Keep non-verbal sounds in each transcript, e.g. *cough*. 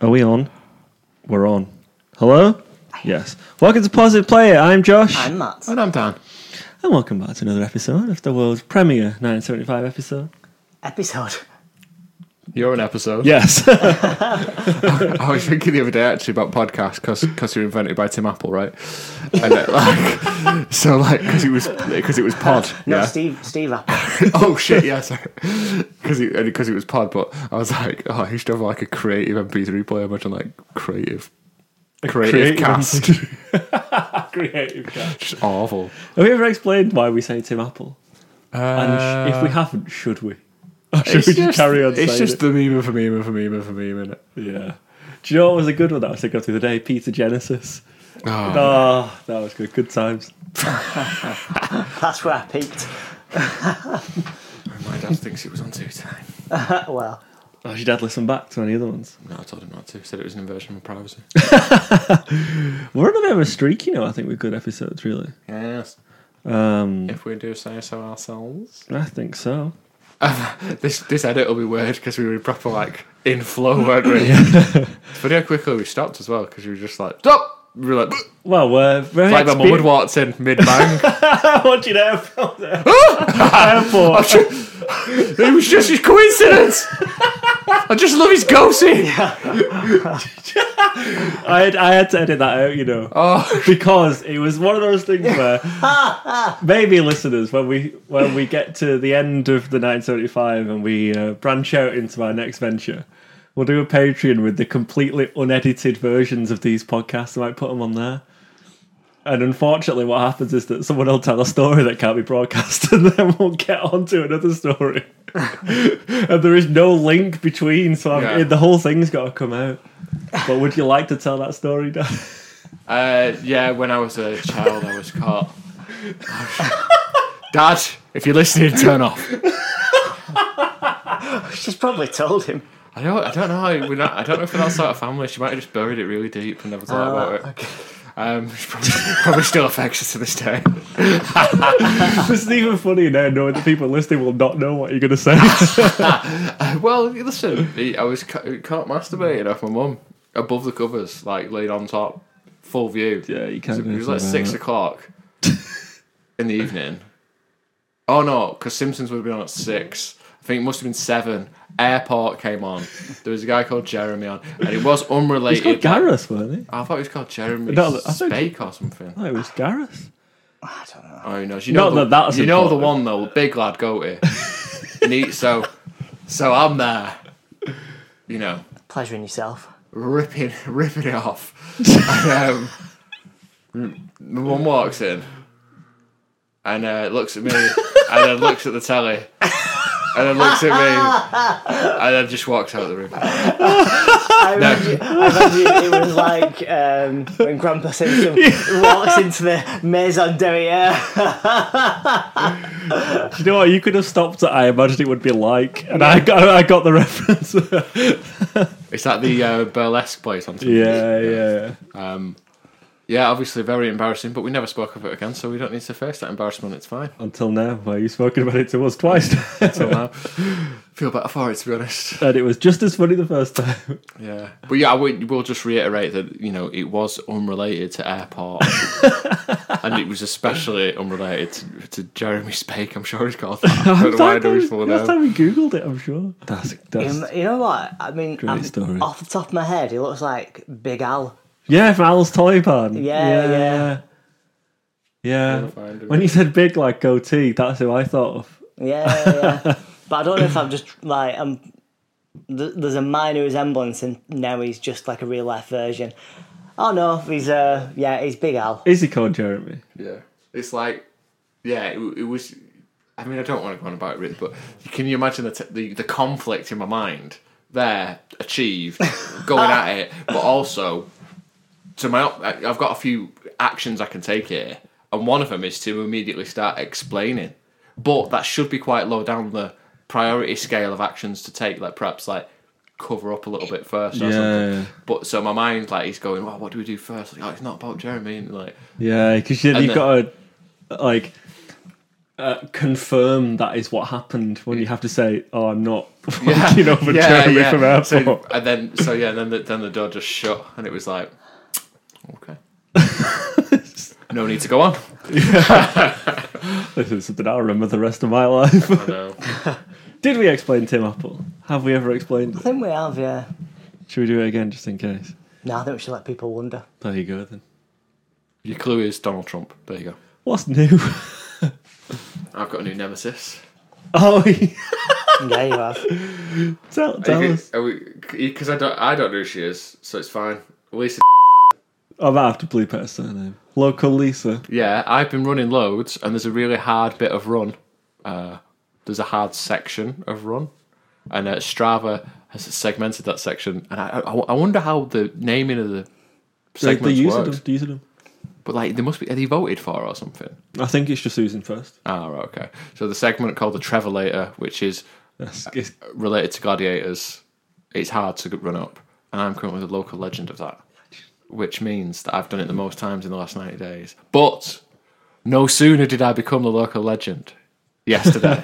Are we on? We're on. Hello? Yes. Welcome to Positive Player. I'm Josh. I'm Matt. And Oh, I'm Dan. and welcome back to another episode of the world's premier 975 episode. Episode. You're an *laughs* episode. Yes. I was thinking the other day actually about podcasts because they were invented by Tim Apple, right? And it, like, *laughs* so like because it was because it was pod. *laughs* No, yeah. Steve. Steve Apple. *laughs* oh shit! Yeah, sorry. *laughs* Because it because it was pod, but I was like, oh, I should have like a creative MP3 player. Imagine like creative, creative, creative cast. Creative guy. Just awful. Have we ever explained why we say Tim Apple? and sh- if we haven't, should we? Or should we just carry on It's saying Uh, just it? the meme of a meme of a meme of a meme. Innit? Yeah. Do you know what was a good one that I was thinking of the other day? Peter Genesis. Oh. Ah, that was good. Good times. That's where I peaked. *laughs* My dad thinks it was on two time. well, Oh, should dad listen back to any other ones? No, I told him not to. Said it was an inversion of privacy. We're on a bit of a streak, you know, I think, with good episodes, really. yes. Um, if we do say so ourselves. I think so. This this edit will be weird because we were proper like in flow, weren't we? but how quickly we stopped as well because we were just like stop. We were like, Well, we're very like my mum would *laughs* experienced. waltz in mid bang. Watching airport. *laughs* airport. it was just a coincidence. I just love his ghosting. I had, I had to edit that out, you know, Oh, *laughs* because it was one of those things where maybe listeners, when we when we get to the end of the 975 and we uh, branch out into our next venture, we'll do a Patreon with the completely unedited versions of these podcasts. I might put them on there. And unfortunately, what happens is that someone will tell a story that can't be broadcast, *laughs* and then we'll get on to another story. *laughs* and there is no link between, so I'm, Yeah. the whole thing's got to come out. But would you like to tell that story, Dan? uh, yeah. When I was a child, I was caught. Dad, if you're listening, turn off. she's probably told him. I don't. I don't know. how We're not. I don't know if we're that sort of family. She might have just buried it really deep and never thought about it. okay. Um, *laughs* she probably, probably still affects us to this day. *laughs* This is even funny now, knowing that people listening will not know what you're going to say. Well, listen, I was ca- caught masturbating off my mum above the covers, like laid on top, full view. *laughs* yeah, you can't. it was like six o'clock in the evening. Oh no, because Simpsons would have been on at six. I think it must have been seven. Airport came on. There was a guy called Jeremy on, and it was It's called unrelated. Gareth, weren't it? I thought it was called Jeremy No, I thought- Spake or something. Oh, it was Gareth. I don't know. Oh, he knows. You know Not the, that that's you know the important. one though, big lad *laughs* goatee. and he, so, so I'm there. You know, Pleasuring *laughs* yourself. ripping, ripping it off. and, um, *laughs* the one walks in and uh, looks at me, and then looks at the telly, and then looks at me, and then just walks out of the room. I imagine, I imagine it was like um, when Grandpa Simpson *laughs* walks into the maison derriere. Do you know what? You could have stopped at I imagined it would be like, and I got, I got the reference. yeah, It's at the uh, burlesque place on. TV. *laughs* yeah, yeah. Um, yeah, obviously very embarrassing, but we never spoke of it again, so we don't need to face that embarrassment. It's fine. Until now, where you've spoken about it to us twice, *laughs* *laughs* till now. Feel better for it, to be honest. and it was just as funny the first time. Yeah, but yeah, I would, will just reiterate that you know it was unrelated to airport, and it was especially unrelated to, to Jeremy Spake. I'm sure he's called. That. *laughs* I don't know why I know he's full Last now. time we googled it, I'm sure. That's, that's Um, you know what? I mean, Great I'm- story. off the top of my head, he looks like Big Al. yeah, from Al's Toy Pan. Yeah, yeah, yeah. yeah. find it. When you said big like goatee, that's who I thought of. Yeah, yeah. *laughs* yeah. but I don't know if I'm just like I'm. th- There's a minor resemblance, and now he's just like a real life version. Oh no, he's uh, yeah, he's Big Al. Is he called Jeremy? Yeah, it's like, yeah, it, it was. I mean, I don't want to go on about it, really, but can you imagine the, t- the the conflict in my mind there achieved going at it, but also to my op- I- I've got a few actions I can take here, and one of them is to immediately start explaining, but that should be quite low down the priority scale of actions to take. Like perhaps like cover up a little bit first or Yeah, yeah. something. But so my mind like is going, well, what do we do first? Like, oh, it's not about Jeremy, and like. Yeah, because then And you've the- got to like uh, confirm that is what happened when you have to say, "Oh, I'm not *laughs* walking over Jeremy from airport." So, and then so yeah, and then the, then the door just shut, and it was like, *laughs* okay, no need to go on. this is something I'll remember the rest of my life. *laughs* I know. Did we explain Tim Apple? Have we ever explained I it? think we have, yeah. Should we do it again just in case? No, I think we should let people wonder. There you go then. Your clue is Donald Trump. There you go. What's new? *laughs* I've got a new nemesis. Oh, yeah. Yeah, you have. tell, tell us. Because I don't, I don't know who she is, so it's fine. Lisa. I might have to bleep out her surname. Local Lisa. Yeah, I've been running loads, and there's a really hard bit of run. Uh, there's a hard section of run, and uh, Strava has segmented that section. And I, I, I wonder how the naming of the They, they segments use works. them. They use them. But like, there must be. Are they voted for or something? I think it's just using first. Ah, right, okay. So the segment called the Trevelator, which is uh, That's, it's, related to gladiators, it's hard to run up, and I'm currently the local legend of that, which means that I've done it the most times in the last 90 days. But no sooner did I become the local legend yesterday,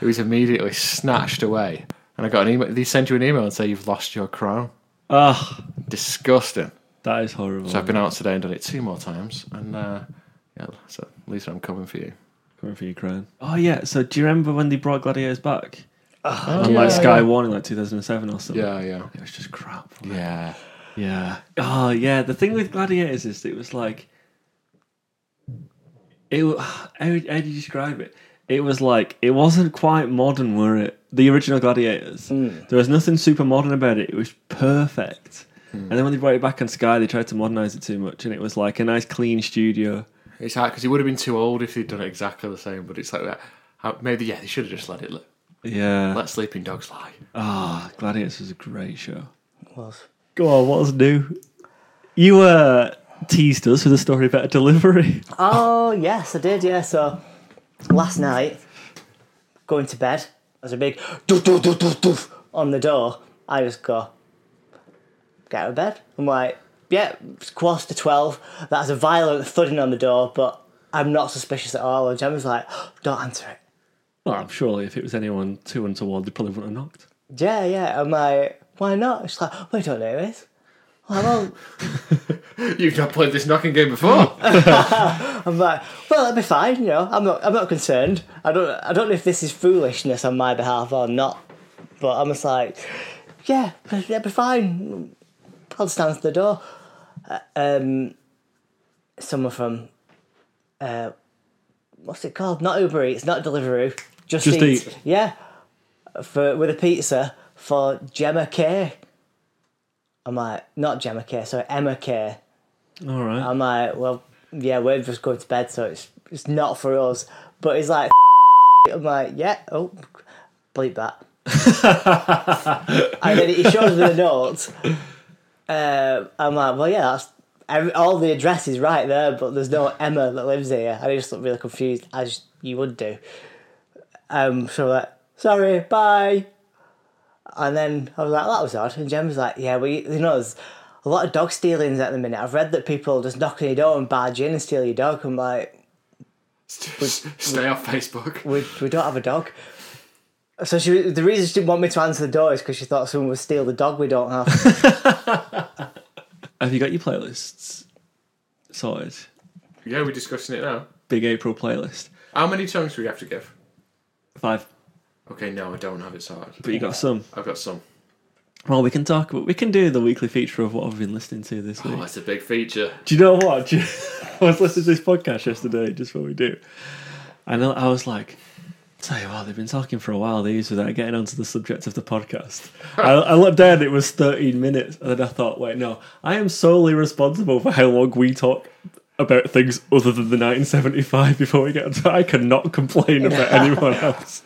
it was immediately snatched away, and I got an email. They send you an email and say you've lost your crown. ah, Disgusting. that is horrible. So I've been out today and done it two more times, and uh, yeah, so Lisa, I'm coming for you. Coming for Ukraine. Oh yeah. So do you remember when they brought Gladiators back? Oh, On Ah, yeah, like Sky yeah. One in like 2007 or something. Yeah, yeah, It was just crap. yeah. Yeah. Oh yeah. The thing with Gladiators is it was like, it. wa- *sighs* How, would- how do you describe it? It was like it wasn't quite modern, were it? The original Gladiators. Hmm. There was nothing super modern about it. It was perfect. Hmm. And then when they brought it back on Sky, they tried to modernize it too much, and it was like a nice, clean studio. It's hard because he would have been too old if he'd done it exactly the same. But it's like that. How, maybe yeah, they should have just let it. Li- Yeah. let sleeping dogs lie. *laughs* Ah, Gladiators was a great show. it was. Go on, what's new? You uh, teased us with a story about a delivery. Oh, yes, I did, yeah. So last night, going to bed, there's a big doof, doof, doof, doof, doof on the door. I just go, get out of bed. I'm like, yeah, it's quarter to 12. That's a violent thudding on the door, but I'm not suspicious at all. And Gemma's like, don't answer it. *laughs* Well, I'm surely if it was anyone too untoward, they probably wouldn't have knocked. Yeah, yeah. I'm like, why not? She's like, we don't know this. I'm like, well, You've not played this knocking game before. I'm like, well, that'll be fine. You know, I'm not, I'm not concerned. I don't, I don't know if this is foolishness on my behalf or not, but I'm just like, yeah, that'll be fine. I'll stand to the door. Uh, Um, someone from, uh, what's it called? Not Uber Eats, not Deliveroo, just, Just Eat. Eat. Yeah, for with a pizza for Gemma K. I'm like, not Gemma K, sorry, Emma K. All right. I'm like, well, yeah, we're just going to bed, so it's it's not for us. But he's like, *laughs* I'm like, yeah, oh, bleep that. and then he shows me the note. Uh, I'm like, well, yeah, that's every, all the address is right there, but there's no Emma that lives here. And he just looked really confused, as you would do. Um, so I'm like, sorry, bye. And then I was like, "Oh, that was odd. And Jem was like, yeah, we, you know, there's a lot of dog stealings at the minute. I've read that people just knock on your door and barge in and steal your dog. I'm like, *laughs* Stay off Facebook. we, we don't have a dog. So she, the reason she didn't want me to answer the door is because she thought someone would steal the dog we *laughs* don't have. have you got your playlists sorted? Yeah, we're discussing it now. Big April playlist. How many songs do we have to give? Five. Okay, no, I don't have it sorted. But you got some. I've got some. Well, we can talk about. We can do the weekly feature of what I've been listening to this week. Oh, that's a big feature. Do you know what? Do you- *laughs* I was listening to this podcast yesterday, just what we do. And I I was like, tell you what, they've been talking for a while, these, without getting onto the subject of the podcast. I, I looked down, it was 13 minutes. And then I thought, wait, no, I am solely responsible for how long we talk about things other than the 1975 before we get onto I cannot complain about *laughs* anyone else.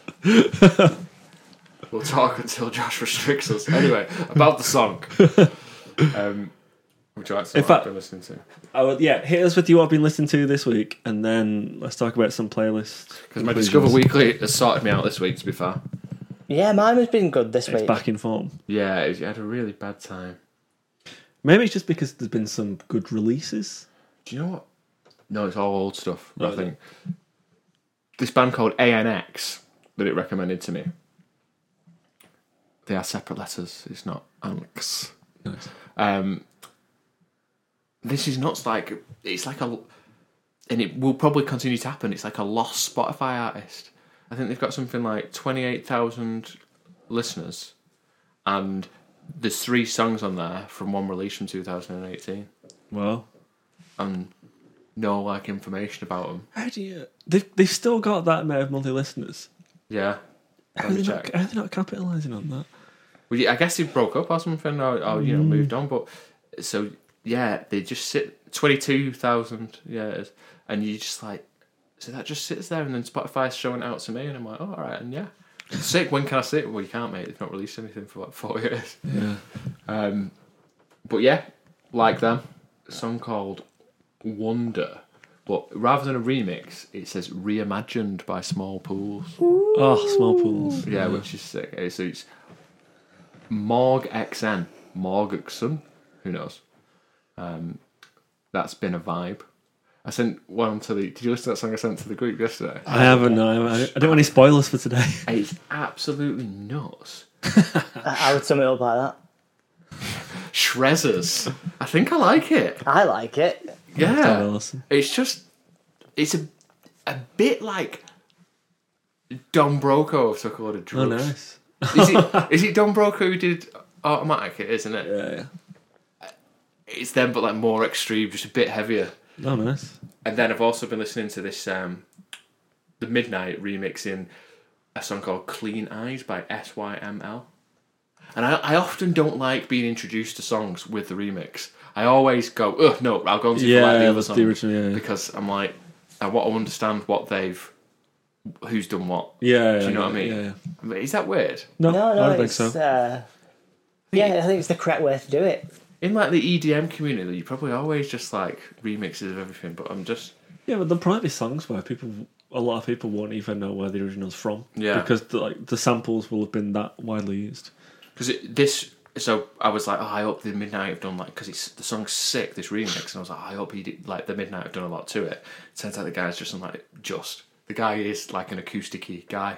We'll talk until Josh restricts us. Anyway, about the song. Um, would you like to In know what I've fact- been listening to? I would, yeah, hit us with you what I've been listening to this week, and then let's talk about some playlists. Because my Discover Weekly has sorted me out this week, to be fair. yeah, mine has been good this It's week. back in form. Yeah, it, I had a really bad time. Maybe it's just because there's been some good releases. Do you know what? No, it's all old stuff. I Right. think this band called ANX that it recommended to me. They are separate letters. It's not Anx. Nice. Um, this is not like it's like a, and it will probably continue to happen. It's like a lost Spotify artist. I think they've got something like twenty eight thousand listeners, and there's three songs on there from one release from two thousand and eighteen, Well, and no like information about them. how do you? They've, they've still got that amount of monthly listeners. Yeah, How let are me *laughs* they not, check. how are they not capitalising on that? Well, yeah, I guess they broke up or something, or, or you know, moved on. But so yeah, they just sit twenty two thousand. Yeah, it is. and you just like so that just sits there, and then Spotify's showing it out to me, and I'm like, oh, all right, and yeah, sick. When can I sit? Well, you can't, mate. They've not released anything for like four *laughs* years. Yeah. Um, but yeah, like them, a song called Wonder. But rather than a remix, it says reimagined by Small Pools. Oh, small pools. Yeah, which is sick. Uh, So it's Morg XN, Morgxon. Who knows? Um, that's been a vibe. I sent one to the. Did you listen to that song I sent to the group yesterday? I haven't. No, I, haven't. I don't want any spoilers for today. *laughs* It's absolutely nuts. I, I would sum it up like that. Shrezzers. I think I like it. I like it. Have a Yeah, listen. it's just it's a a bit like Don Broco took a lot of Oh, drugs. nice. is *laughs* it is it Don Broco who did Automatic? It is, isn't it? Yeah. it's them but like more extreme, just a bit heavier. Oh, nice. And then I've also been listening to this um the Midnight remixing a song called Clean Eyes by SYML. And I, I often don't like being introduced to songs with the remix. I always go, ugh, no, I'll go and see Yeah, like the other that's the song original, yeah. because I'm like, I want to understand what they've, who's done what. Yeah. Do you know yeah, what I mean? Yeah. yeah. I mean, Is that weird? No, No, no, I don't think it's, so. uh, yeah, I think it's the correct way to do it. In like the EDM community, you probably always just like remixes of everything. But I'm just Yeah, but there'll probably be songs where people, a lot of people won't even know where the original's from. Yeah. Because the, like the samples will have been that widely used. because this so I was like, oh, I hope the Midnight have done like because it's the song's sick, this remix, and I was like, I hope he did like the Midnight have done a lot to it. Turns out the guy's just like just the guy is like an acousticy guy,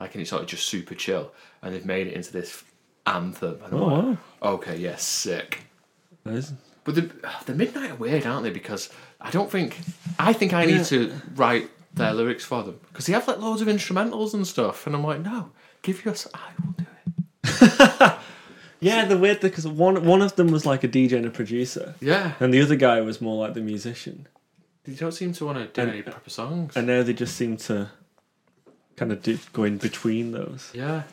like and it's like just super chill, and they've made it into this anthem. And I'm Oh, like, wow. okay, yes, sick. That is- But the the Midnight are weird, aren't they? Because I don't think I think I need to write their lyrics for them because they have like loads of instrumentals and stuff, and I'm like, no, give yours, I will do it. Yeah, the weird thing because one one of them was like a DJ and a producer, Yeah. and the other guy was more like the musician. They don't seem to want to do And- any proper songs. And now they just seem to kind of do, go in between those. yeah.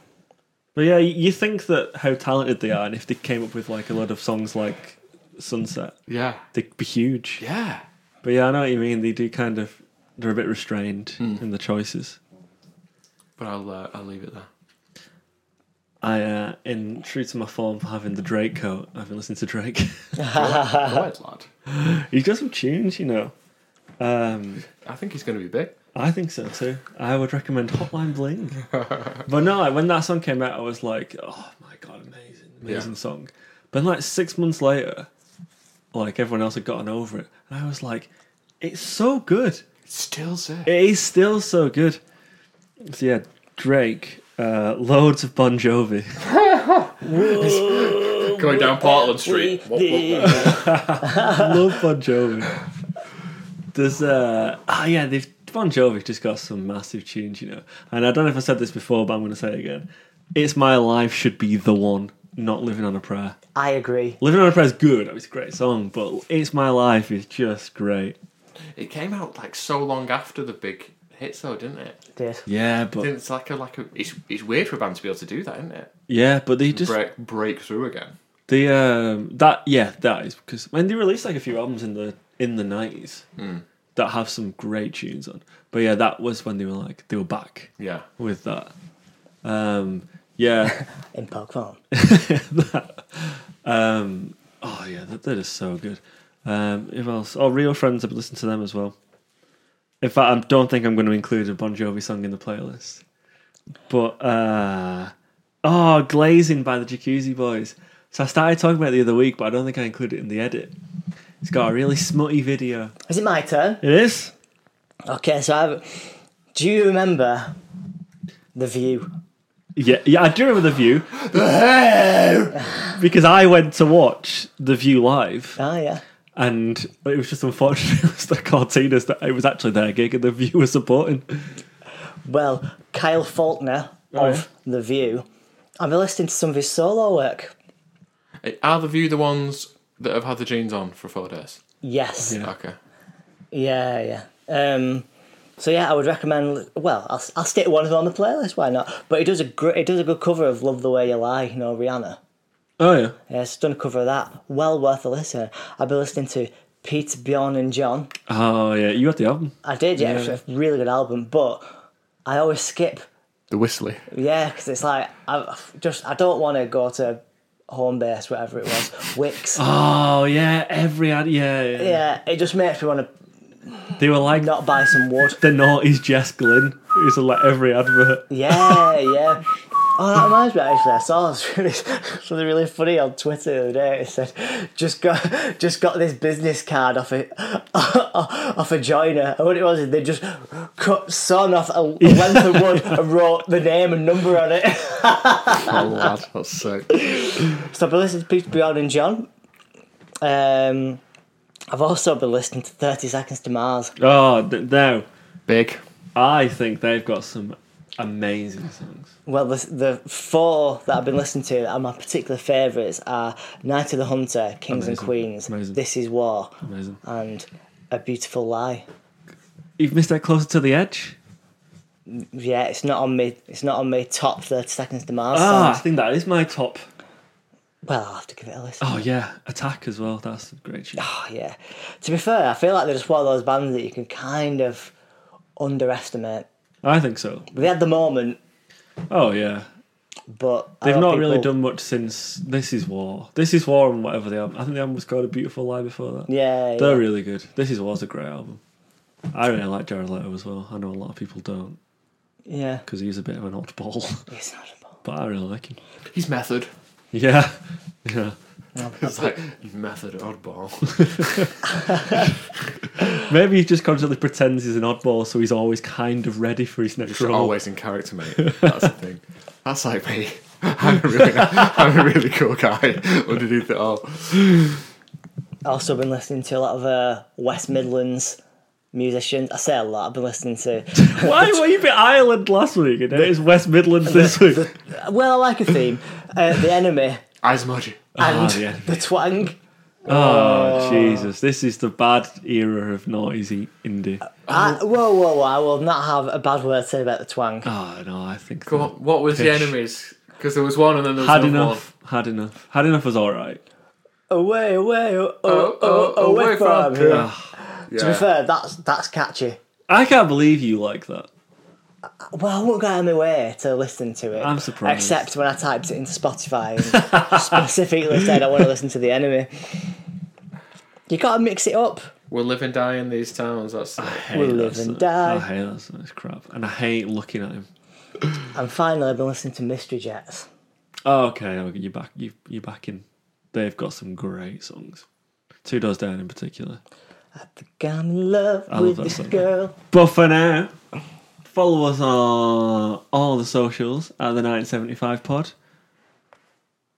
But yeah, you think that how talented they are, and if they came up with like a lot of songs like Sunset, Yeah. they'd be huge. Yeah. But yeah, I know what you mean. They do kind of they're a bit restrained in the choices. But I'll uh, I'll leave it there. I, uh, in true to my form for having the Drake coat, I've been listening to Drake. *laughs* Go ahead, lad. He's got some tunes, you know. Um, I think he's going to be big. I think so too. I would recommend Hotline Bling. but no, like, when that song came out, I was like, oh my god, amazing, amazing Yeah. song. But like six months later, like everyone else had gotten over it, and I was like, it's so good. Still sick. It is still so good. So yeah, Drake, uh, loads of Bon Jovi. *laughs* Going down Portland Street. We Whoop, whoop, whoop. did. love Bon Jovi. There's uh oh yeah, they've Bon Jovi just got some massive tunes, you know. And I don't know if I said this before, but I'm gonna say it again. It's my life should be the one, not living on a prayer. I agree. Living on a prayer is good. It's a great song, but it's my life is just great. It came out like so long after the big hits, though, didn't it? Did. Yeah, but It's like a like a. It's, it's weird for a band to be able to do that, isn't it? yeah, but they just break break through again. the um that yeah that is because when they released like a few albums in the in the nineties that have some great tunes on. But yeah, that was when they were like they were back Yeah. with that. Um yeah. In Pokemon. that. Um, oh yeah, that, that is so good. Um, if else, oh, real friends, I've listened to them as well. In fact, I don't think I'm going to include a Bon Jovi song in the playlist. But uh, oh, glazing by the Jacuzzi Boys. So I started talking about it the other week, but I don't think I included it in the edit. It's got a really smutty video. Is it my turn? It is. Okay, so I've Do you remember the view? Yeah, yeah, I do remember the view because I went to watch the view live, Ah, yeah. and it was just unfortunate *laughs* it was the Cortinas that it was actually their gig and the view was supporting. Well, Kyle Faulkner Oh, of The View. I've been listening to some of his solo work. Are the view the ones that have had the jeans on for four days? Yes. Yeah. Okay. Yeah, yeah. Um, so yeah, I would recommend. Well, I'll, I'll stick one of them on the playlist. Why not? But it does a gr- it does a good cover of "Love the Way You Lie," you know, Rihanna. Oh yeah, Yeah, it's done a cover of that. Well worth a listen. I've been listening to Peter Bjorn and John. oh yeah, you had the album. I did, yeah, it was a really good album. But I always skip, The whistly. yeah, because it's like I just I don't want to go to home base, whatever it was, Wix. Oh yeah, every ad, yeah, yeah. Yeah, it just makes me want to They were like not buy some wood. the naughty's Jess Glynn. It's like every advert. Yeah, yeah. Oh, that reminds me actually. I saw *laughs* this really, something really funny on Twitter the other day. It said, "Just got, just got this business card off a, *laughs* off a joiner." And what it was is they just cut sawn off a, a length of wood and wrote the name and number on it. Oh, lad, that's sick. So I've been listening to Peter Beyond and John. Um, I've also been listening to Thirty Seconds to Mars. Oh th- no, Big. I think they've got some amazing songs. Well, the, the four that I've been listening to are my particular favourites are Night of the Hunter, Kings and Amazing. Queens, Amazing. This Is War, Amazing. and A Beautiful Lie. You've missed that closer to the edge. Yeah, it's not on me. It's not on my top Thirty Seconds to Mars. Ah, I songs. think that is my top. Well, I'll have to give it a listen. Oh yeah, Attack as well. That's a great. Tune. Oh, yeah. To be fair, I feel like they're just one of those bands that you can kind of underestimate. I think so. They had the moment, Oh yeah, but a they've lot of not really people- done much since This Is War. This Is War and whatever the album. I think the album was called A Beautiful Lie before that. Yeah, They're yeah. really good. This Is War's a great album. I really like Jared Leto as well. I know a lot of people don't yeah. because he's a bit of an oddball, *laughs* It's not a ball. but I really like him. He's method. Yeah, yeah. It's like method oddball. Maybe he just constantly pretends he's an oddball, so he's always kind of ready for his next role. Always in character, mate. That's the thing. That's like me. *laughs* I'm a really, I'm a really cool guy *laughs* underneath it all. also been listening to a lot of uh, West Midlands musicians. I say a lot. I've been listening to. Why were you in Ireland last week and it's West Midlands *laughs* this week? Well, I like a theme. Uh, the enemy Eyes emoji. and The Enemy. the twang. Oh Jesus! This is the bad era of noisy indie. Oh. I, whoa, whoa, whoa! I will not have a bad word to say about the twang. Oh no, I think Go on, What was the Pitch. enemies? Because there was one and then there was had another enough. Had enough. Had enough was all right. Away, away, oh, oh, oh, oh, away away from from here. here. one. To be Yeah. fair, that's that's catchy. I can't believe you like that. Well, I won't go out of my way to listen to it. I'm surprised. Except when I typed it into Spotify and *laughs* specifically said I want to listen to the enemy. You gotta mix it up. We'll live and die in these towns. That's I hate We'll that live and song. die. I hate that song. It's crap, and I hate looking at him. And finally, I've been listening to Mystery Jets. Oh, okay, okay, you're back. You, you're back in. They've got some great songs. Two Doors Down in particular. I'm in love I love with that this song. girl. But for now, follow us on all the socials at the 975 pod.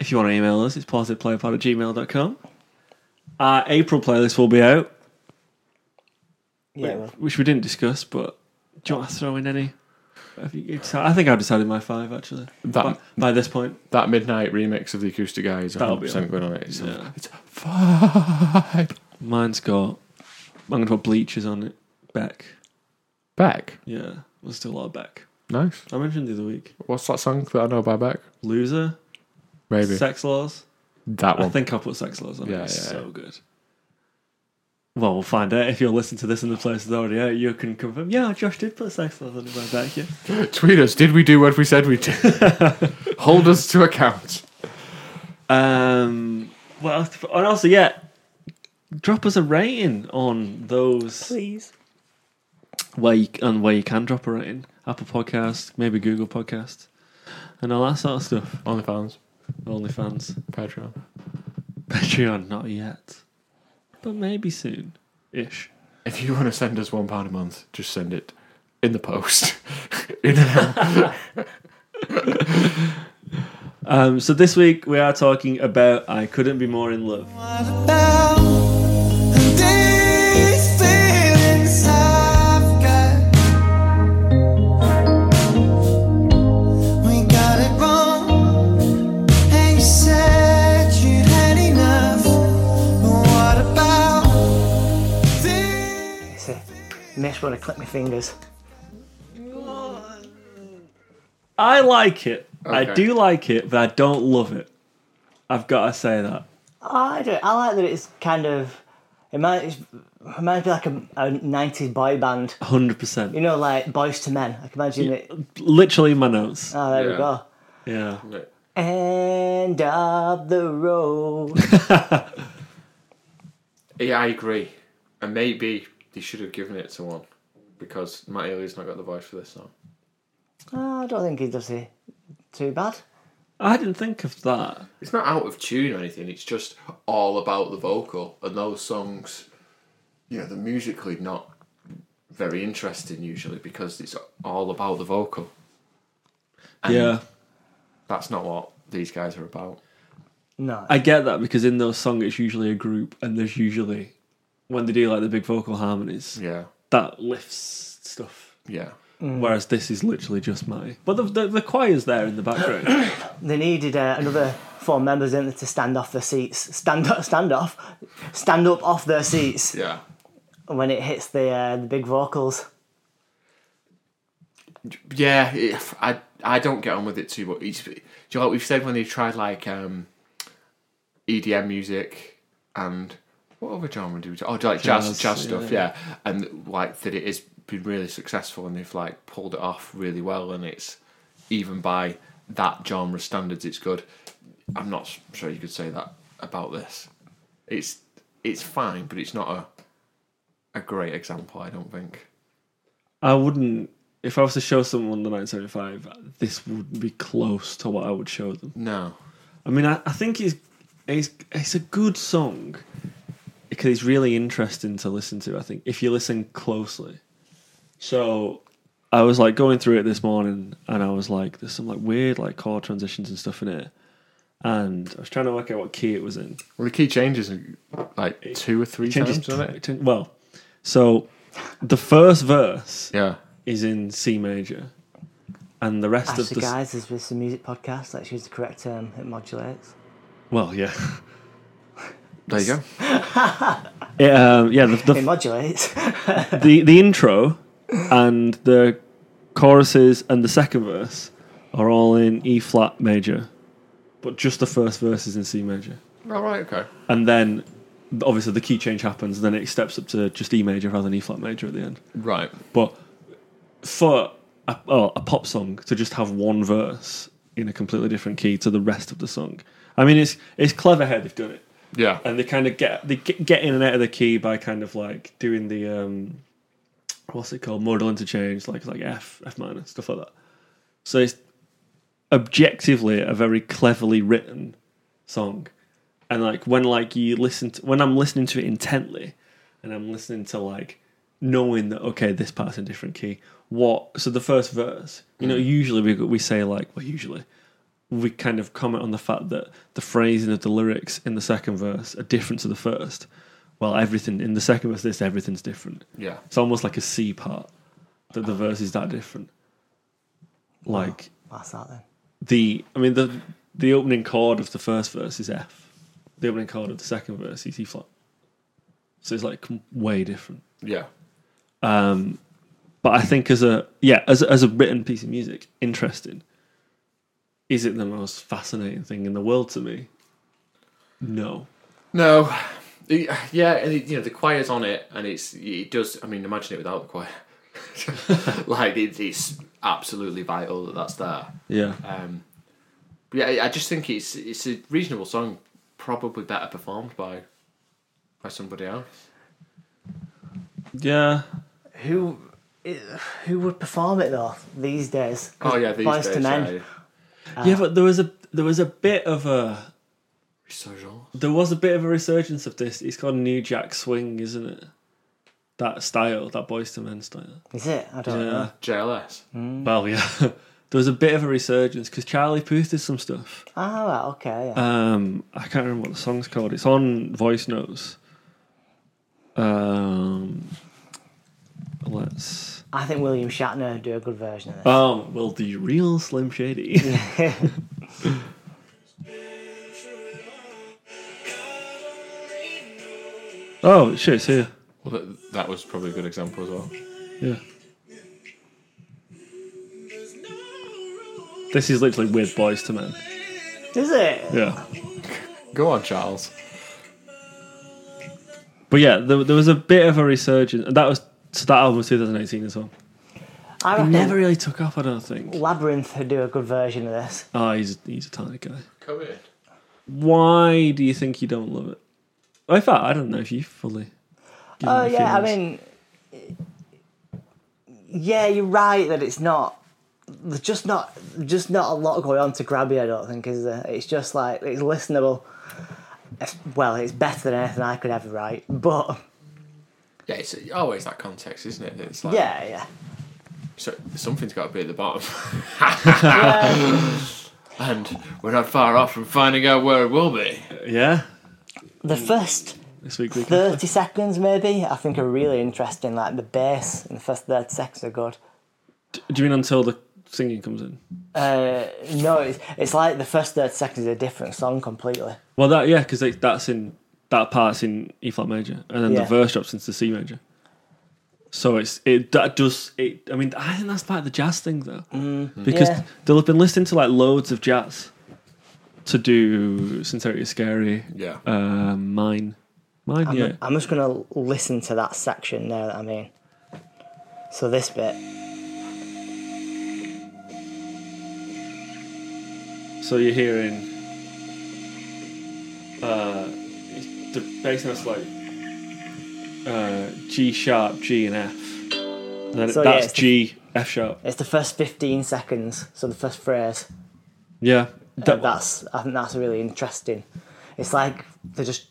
If you want to email us, it's positiveplayerpod at gmail.com. Our April playlist will be out, Yeah, well, which we didn't discuss, but do you want to throw in any? Have you- you decide- I think I've decided my five actually. That- by, by this point, that midnight remix of the acoustic guy is That'll be 100% good on it. It's, Yeah. it's vibe. mine's got. I'm going to put bleachers on it. Beck. *laughs* Beck. Yeah, there's still a lot of Beck. Nice. I mentioned the other week. What's that song that I know by Beck? Loser, Maybe. Sex Laws. that I one. think I'll put Sex Laws on Yeah, it. It's yeah, so good. Well, we'll find out. If you're listening to this and the place is already out, you can confirm, yeah, Josh did put Sex Laws on it right back, yeah. Tweet us. Did we do what we said we did? Hold us to account. Um, what else? And also, yeah, drop us a rating on those please. where you, and where you can drop a rating. Apple Podcast, maybe Google Podcast, and all that sort of stuff. OnlyFans. OnlyFans. *laughs* Patreon. Patreon, not yet. But maybe soon. Ish. If you want to send us one pound a month, just send it. in the post. *laughs* in an- Um, so this week we are talking about I Couldn't Be More in Love. See, Mish want to clip my fingers. I like it. I Okay. do like it, but I don't love it. I've got to say that. I do. I like that it's kind of. It might it's, it might be like a, a '90s boy band. 100%. You know, like Boys to Men. I can imagine it. Literally in my notes. Oh, there we Yeah. go. yeah. End of the road. *laughs* *laughs* yeah, I agree. And maybe they should have given it to one because Matt Ely's not got the voice for this song. Oh, I don't think he does it too bad. I didn't think of that. It's not out of tune or anything. It's just all about the vocal and those songs. You know, they're musically not very interesting usually because it's all about the vocal. yeah. That's not what these guys are about. No. I get that because in those songs it's usually a group and there's usually when they do like the big vocal harmonies Yeah, that lifts stuff. yeah. Whereas this is literally just my. But the, the, the choir's there in the background. They needed uh, another four members in to stand off their seats. Stand up, stand off, stand up off their seats Yeah. when it hits the uh, the big vocals. Yeah, if I I don't get on with it too much. It's, do you know what we've said when they tried like um, EDM music and what other genre do we? Oh, do like jazz, Jazz, jazz, stuff, yeah. And like that, it has been really successful, and they've like pulled it off really well, and it's even by that genre standards, it's good. I'm not s- sure you could say that about this. It's it's fine, but it's not a a great example. I don't think. I wouldn't. If I was to show someone the 975, this wouldn't be close to what I would show them. No. I mean, I, I think it's, it's it's a good song because it's really interesting to listen to. I think if you listen closely. So I was like going through it this morning, and I was like, "There's some like weird like chord transitions and stuff in it," and I was trying to work out what key it was in. Well, the key changes in, like two or three times, doesn't it? t- well. So the first verse Yeah. is in C major, and the rest of Actually, the s- guys, this is a music podcast. Let's use the correct term. It modulates. well, yeah, There you go. yeah, um, yeah. The, *laughs* the It modulates. the the intro and the choruses and the second verse are all in E flat major, but just the first verse is in C major. All right. Okay. And then obviously the key change happens, then it steps up to just E major rather than E flat major at the end. Right. But for a, oh, a pop song to just have one verse in a completely different key to the rest of the song, I mean it's it's clever how they've done it Yeah. and they kind of get they get get in and out of the key by kind of like doing the um what's it called modal interchange like like f f minor stuff like that so it's objectively a very cleverly written song and like when like you listen to, when i'm listening to it intently and i'm listening to like knowing that okay this part's in a different key what so the first verse you know usually we we say like well usually we kind of comment on the fact that the phrasing of the lyrics in the second verse are different to the first. Well, everything in the second verse, this everything's different. Yeah. It's almost like a C part that the verse is that different. Like That's that then. the, I mean the the opening chord of the first verse is F. The opening chord of the second verse is E flat. So it's like way different. Yeah. Um, but I think as a yeah, as a, as a written piece of music, interesting. Is it the most fascinating thing in the world to me? No. No. *sighs* The- Yeah, and it, you know the choir's on it, and it's it does. I mean, imagine it without the choir. *laughs* like it, it's absolutely vital that that's there. Yeah. Um, but yeah, I- I just think it's it's a reasonable song, probably better performed by by somebody else. Yeah. Who who would perform it though these days? 'Cause Oh yeah, these Boys days. to Men. yeah. yeah, but there was a there was a bit of a Resurgence. there was a bit of a resurgence of this. It's called New Jack Swing, isn't it? that style, that boys to men style. Is it? I don't know. JLS. Well, yeah, *laughs* there was a bit of a resurgence because Charlie Puth did some stuff. Ah, right, okay. Yeah. Um, I can't remember what the song's called. It's on Voice Notes. Um, let's. I think William Shatner do a good version of this. Oh, well, the real Slim Shady. oh shit! It's here. Well, that, that was probably a good example as well. Yeah. This is literally with boys to men. Is it? Yeah. Go on, Charles. But yeah, there, there was a bit of a resurgence, and that was so that album was 2018 as well. I It reckon never really took off, I don't think. Labyrinth would do a good version of this. Oh, he's he's a talented guy. Come in. Why do you think you don't love it? In fact, I don't know if you fully. give Oh me yeah, I feelings. mean, yeah, you're right that it's not. There's just not, just not a lot going on to grab you. I don't think is there. It's just like it's listenable. It's- well, it's better than anything I could ever write. But Yeah, it's always that context, isn't it? It's like, yeah, yeah, So something's got to be at the bottom. and we're not far off from finding out where it will be. yeah. the first This week we can- thirty seconds maybe I think are really interesting. Like the bass in the first thirty seconds are good. Do you mean until the singing comes in? Uh, no, it's, it's like the first thirty seconds is a different song completely. Well, that yeah, because that's in that part's in E flat major, and then Yeah. the verse drops into C major. So it's it that does it. I mean, I think that's part of the jazz thing though, because Mm, Yeah. they'll have been listening to like loads of jazz to do "Sincerity is Scary," Yeah. uh, mine, mine, I'm, yeah. I'm just gonna listen to that section now that I'm in. So this bit. So you're hearing uh, it's- the bass notes like uh, G sharp, G, and F. And then So, yeah, that's it's the- G, F sharp. It's the first 15 seconds, so the first phrase. Yeah, that, And that's I think that's really interesting. It's like they're just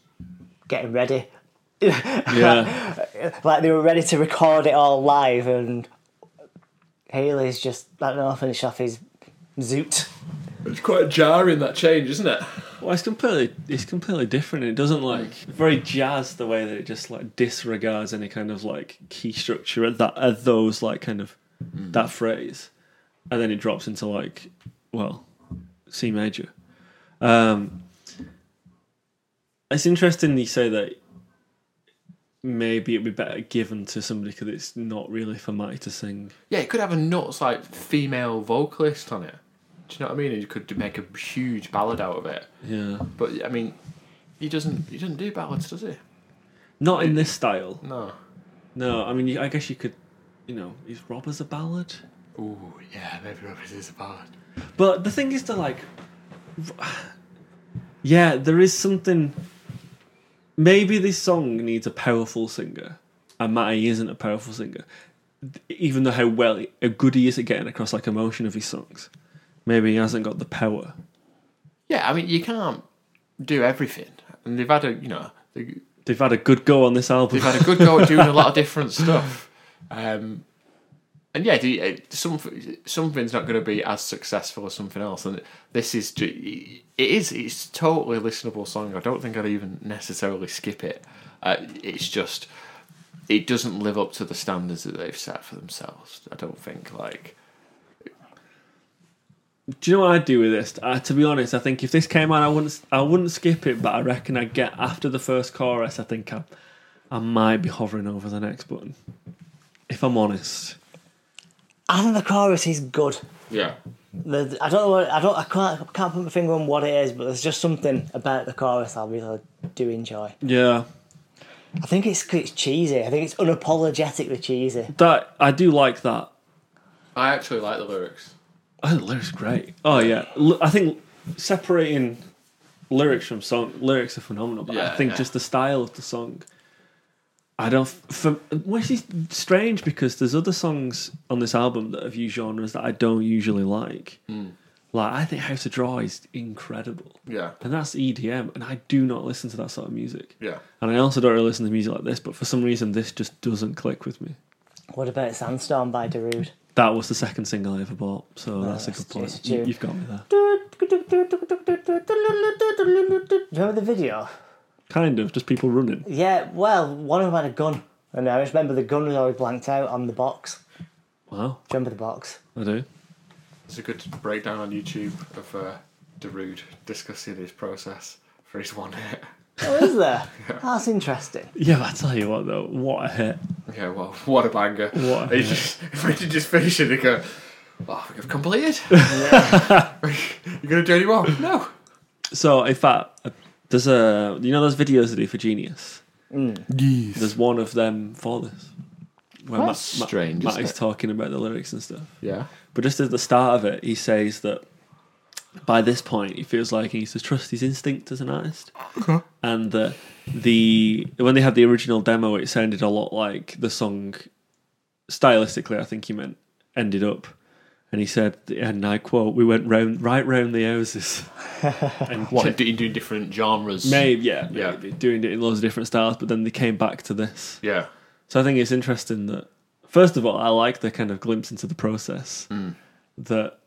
getting ready. yeah, Like they were ready to record it all live and Haley's just I don't know, finish off his zoot. It's quite jarring that change, isn't it? well, it's completely it's completely different. It doesn't like very jazz the way that it just like disregards any kind of like key structure at that at those like kind of that phrase, and then it drops into like well C major. Um, it's interesting you say that. Maybe it'd be better given to somebody because it's not really for Matty to sing. Yeah, it could have a nuts like female vocalist on it. Do you know what I mean? You could make a huge ballad out of it. Yeah, But I mean, he doesn't. He doesn't do ballads, does he? not in this style. No. No, I mean, you- I guess you could, you know, is Robbers a ballad? Ooh, yeah, maybe Robert is a ballad. But the thing is to like, *sighs* yeah, there is something. Maybe this song needs a powerful singer, and Matty isn't a powerful singer, even though how well, how good he is at getting across like emotion of his songs. Maybe he hasn't got the power. Yeah, I mean, you can't do everything, and they've had a you know they, They've had a good go on this album. they've had a good go at doing a lot of different stuff. Um, and yeah, the, uh, some, something's not going to be as successful as something else, and this is ju- it is it's totally listenable song. I don't think I'd even necessarily skip it. Uh, it's just it doesn't live up to the standards that they've set for themselves. I don't think like Do you know what I'd do with this? Uh, to be honest, I think if this came on, I wouldn't, I wouldn't skip it, but I reckon I'd get after the first chorus. I think I, I might be hovering over the next button. If I'm honest, And the chorus is good. yeah. The, I don't know. What, I don't. I can't. I can't put my finger on what it is, but there's just something about the chorus I really do enjoy. yeah, I think it's it's cheesy. I think it's unapologetically cheesy. that I do like that. I actually like the lyrics. I think the lyrics are great. Oh yeah, L- I think separating lyrics from song lyrics are phenomenal. But I Yeah, think yeah. just the style of the song. I don't. f- For, which is Hmm. strange because there's other songs on this album that have used genres that I don't usually like. Like I think House of Draw is incredible. Yeah. And that's EDM, and I do not listen to that sort of music. Yeah. And I also don't really listen to music like this, but for some reason this just doesn't click with me. What about Sandstorm by Darude? That was the second single I ever bought, so that's, that's a good place. true. You, have got me there. Remember the video? Kind of, just people running. Yeah, well, one of them had a gun, and I just remember the gun was always blanked out on the box. Wow, Do you remember the box? I do. There's a good breakdown on YouTube of uh, Darude discussing his process for his one hit. Oh, is there? That's interesting. Yeah, but I tell you what though, what a hit. Yeah, well, *laughs* what a banger. What a He hit. just, when you just finish it, you go, well, I think *laughs* I've completed. *laughs* You're going to do any more? No. So in fact, there's a you know those videos they do for Genius. Yes. There's one of them for this. Where That's Matt, strange, Matt, isn't is it? talking about the lyrics and stuff. Yeah. But just at the start of it, he says that by this point, he feels like he needs to trust his instinct as an artist, and that the when they had the original demo, it sounded a lot like the song. Stylistically, I think he meant ended up, and he said, and I quote, "We went round right round the *laughs* houses." and What? Do you do different genres? Maybe yeah, Yeah. maybe doing it in loads of different styles, but then they came back to this. Yeah. So I think it's interesting that first of all, I like the kind of glimpse into the process that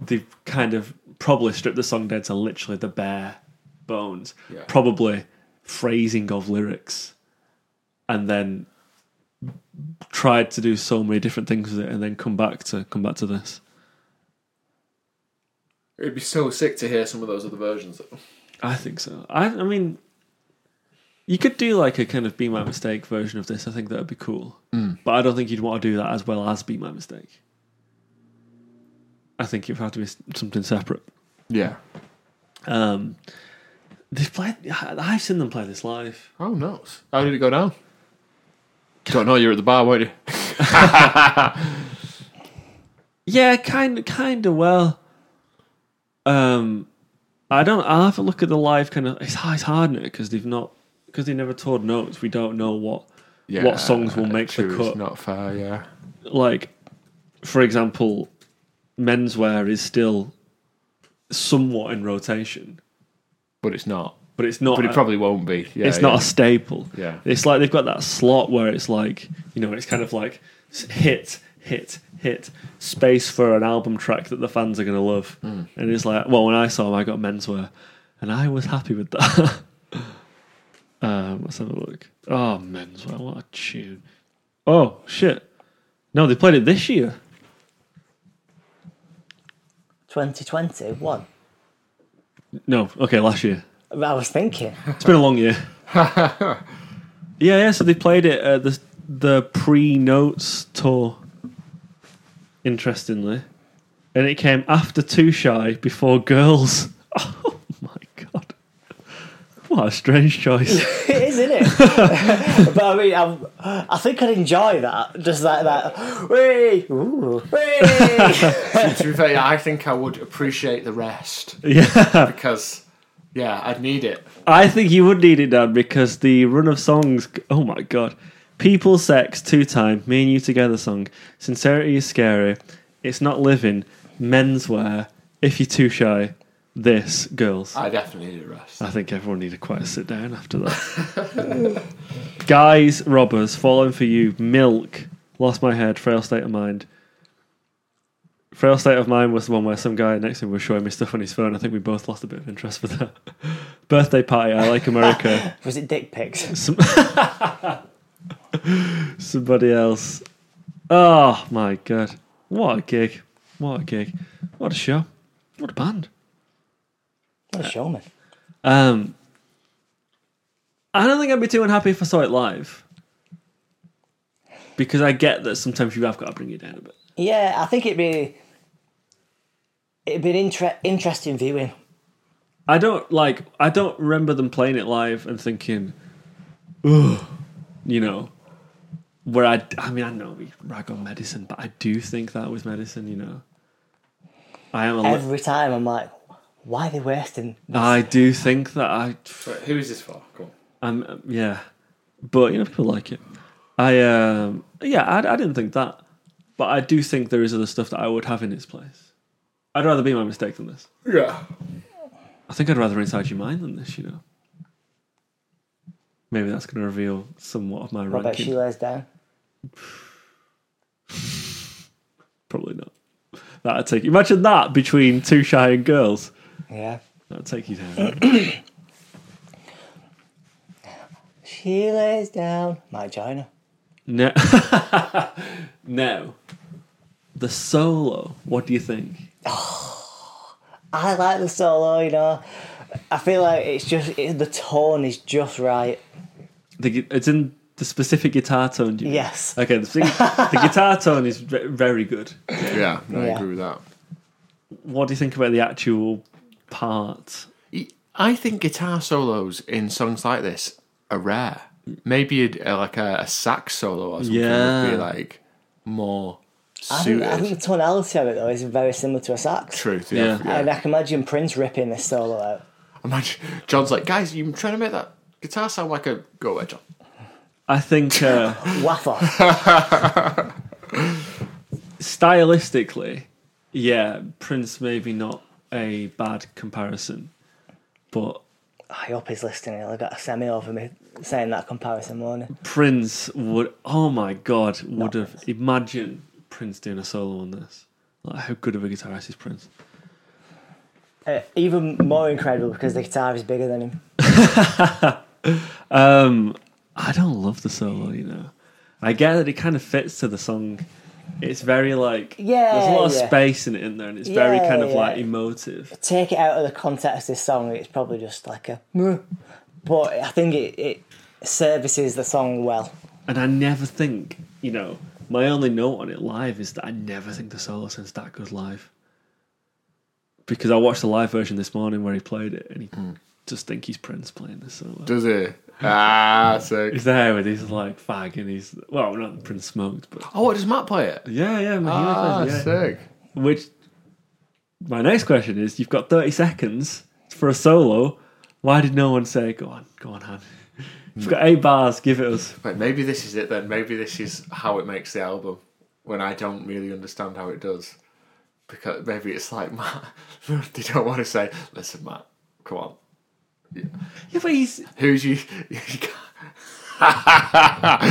they've kind of probably stripped the song down to literally the bare bones, Yeah. probably phrasing of lyrics, and then tried to do so many different things with it, and then come back to come back to this. It'd be so sick to hear some of those other versions. Though. I think so. I, I mean, you could do like a kind of "Be My Mistake" version of this. I think that would be cool. Mm. But I don't think you'd want to do that as well as "Be My Mistake." I think it would have to be s- something separate. Yeah. Um, they've played. I- I've seen them play this live. Oh, nuts. How did it go down? Don't know. You're at the bar, weren't you? Yeah, kind of, kind of well. Um, I don't. I'll have a look at the live kind of. It's, hard- it's hard now because they've not because they never toured notes. We don't know what Yeah. What songs will make the true, cut? It's not fair, yeah. like for example menswear is still somewhat in rotation But it's not. but it's not But a- it probably won't be. Yeah, it's not yeah. a staple Yeah. it's like they've got that slot where it's like you know it's kind of like s- hit hit hit space for an album track that the fans are going to love Hmm. and it's like well when i saw them i got menswear and i was happy with that *laughs* um let's have a look oh menswear what a tune oh shit no they played it this year 2021. No, okay, last year. I was thinking. *laughs* It's been a long year. yeah, yeah. So they played it at the the pre notes tour. Interestingly, and it came after Too Shy, before Girls. *laughs* Oh my god! What a strange choice. It is, isn't it? but I mean, I'm, I think I'd enjoy that. Just like that. Wee! Ooh! Wee! to be fair, yeah, I think I would appreciate the rest *laughs* yeah, because, yeah, I'd need it. I think you would need it, Dan, because the run of songs. Oh my god. People, sex, two time, me and you together song. Sincerity is scary. It's not living. Menswear. If you're too shy. This, girls. I definitely need a rest. I think everyone needed quite a sit down after that. Guys, robbers, falling for you, milk, lost my head, frail state of mind. Frail state of mind was the one where some guy next to me was showing me stuff on his phone. I think we both lost a bit of interest for that. *laughs* Birthday party, I like *laughs* America. Was it dick pics? Some- *laughs* Somebody else. Oh my god! What a gig! What a gig! What a show! What a band! What a showman. Um, I don't think I'd be too unhappy if I saw it live. Because I get that sometimes you have got to bring it down a bit. Yeah, I think it'd be it'd be an inter- interesting viewing. I don't like. I don't remember them playing it live and thinking, "Ugh," you know. Where I, I mean, I know we rag on medicine, but I do think that with medicine, you know, I am a. li- Every time I'm like, why are they wasting? I do think that I who is this for? Come on. Um, yeah, but you know people like it. I um, yeah, I, I didn't think that, but I do think there is other stuff that I would have in its place. I'd rather be my mistake than this. Yeah. I think I'd rather inside your mind than this, you know. Maybe that's going to reveal somewhat of my What about ranking. she lays down? Probably not. That'd take Imagine that between two shy and girls. Yeah. That'd take you down. *laughs* She lays down. My China. no. *laughs* no. The solo. What do you think? I like the solo, you know. I feel like it's just it, the tone is just right. The, gu- it's in the specific guitar tone. do you mean? Yes. Okay, the, thing, the guitar tone is ve- very good. Yeah, no, I Yeah. agree with that. What do you think about the actual part? I think guitar solos in songs like this are rare. Maybe a, a- like a, a sax solo or something would Yeah. be like more I think, suited. I think the tonality of it though is very similar to a sax. Truth, yeah. Yeah. And I can imagine Prince ripping this solo out. Imagine John's like, guys, you're trying to make that guitar sound like a go away, John. I think uh, Waff off. *laughs* stylistically, yeah, Prince maybe not a bad comparison, but I hope he's listening. He'll have got a semi over me saying that comparison morning. Prince would, oh my god, would have imagine Prince doing a solo on this. Like how good of a guitarist is Prince? Uh, even more incredible because the guitar is bigger than him. Um, I don't love the solo, you know. I get that it kind of fits to the song. It's very like Yeah, there's a lot yeah. of space in it in there, and it's very Yeah, kind of yeah. like emotive. Take it out of the context of this song, it's probably just like a. "Meh." But I think it, it services the song well. And I never think, you know, my only note on it live is that I never think the solo sounds that good live. Because I watched the live version this morning where he played it, and he Hmm. just think he's Prince playing the solo. Does it? Ah, sick. He's there with his like fag and he's well, not Prince smoked, but Oh, what, does Matt play it? yeah, yeah, Mahila Ah, plays, yeah. sick. Which my next question is: You've got thirty seconds for a solo. Why did no one say, "Go on, go on, Han"? *laughs* You've got eight bars. Give it us. Wait, maybe this is it then. Maybe this is how it makes the album. When I don't really understand how it does, because maybe it's like *laughs* Matt. they don't want to say, "Listen, Matt, come on, Yeah, but he's who's you?" *laughs*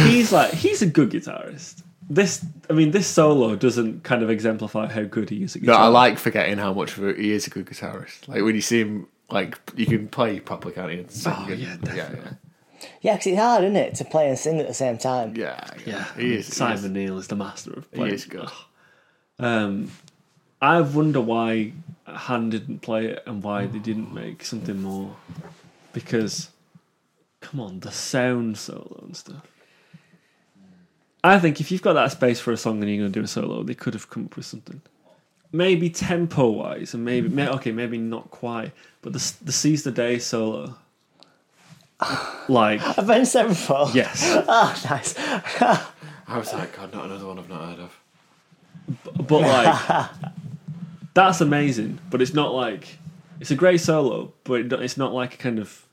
he's like he's a good guitarist. This, I mean, this solo doesn't kind of exemplify how good he is at no, guitar. I like forgetting how much of a, he is a good guitarist. Like when you see him, like you can play properly, can't you? and sing Oh, and- yeah, definitely. Yeah, 'cause it's hard, isn't it, to play and sing at the same time. yeah, yeah, Yeah, He is Simon Neil is the master of He is, playing. he is good. Um, I wonder why Han didn't play it and why they didn't make something more. Because, come on, the sound solo and stuff. I think if you've got that space for a song and you're going to do a solo, they could have come up with something. Maybe tempo wise, and maybe may, okay, maybe not quite, but the s- the seize the day solo, like Avenged Sevenfold. *laughs* yes, Oh, nice. I was like, God, not another one I've not heard of. But like, that's amazing. But it's not like it's a great solo, but it, don't- it's not like a kind of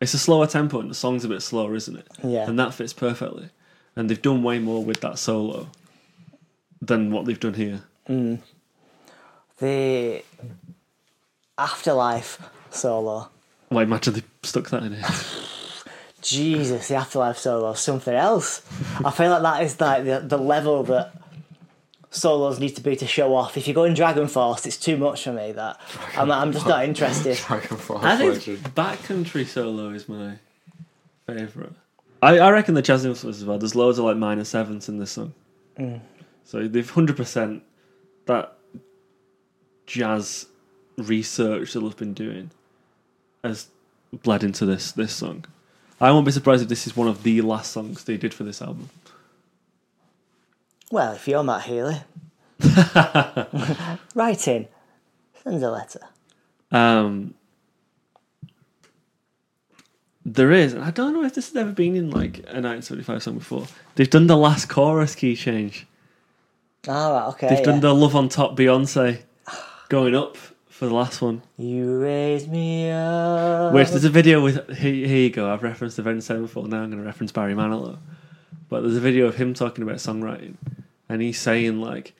it's a slower tempo and the song's a bit slower, isn't it? Yeah. And that fits perfectly. And they've done way more with that solo than what they've done here. The Afterlife solo. Like, imagine they stuck that in here. Jesus, the Afterlife solo, something else. I feel like that is like the, the level that solos need to be to show off. If you go in Dragon Force, it's too much for me. That I'm, I'm just not interested. Dragon Force I think Legend. backcountry solo is my favorite. I, I reckon the jazz influence as well. There's loads of like minor sevenths in this song, so they've hundred percent that jazz research they've been doing has bled into this this song. I won't be surprised if this is one of the last songs they did for this album. Well, if you're *laughs* Matt Healy, write in, send a letter. Um, there is, and I don't know if this has ever been in like a 1975 song before. They've done the last chorus key change. All right, okay. They've yeah. done the Love on Top Beyonce going up for the last one. you raise me up. Which there's a video with here, here you go. I've referenced Avenged Sevenfold. Now I'm going to reference Barry Manilow. But there's a video of him talking about songwriting, and he's saying like,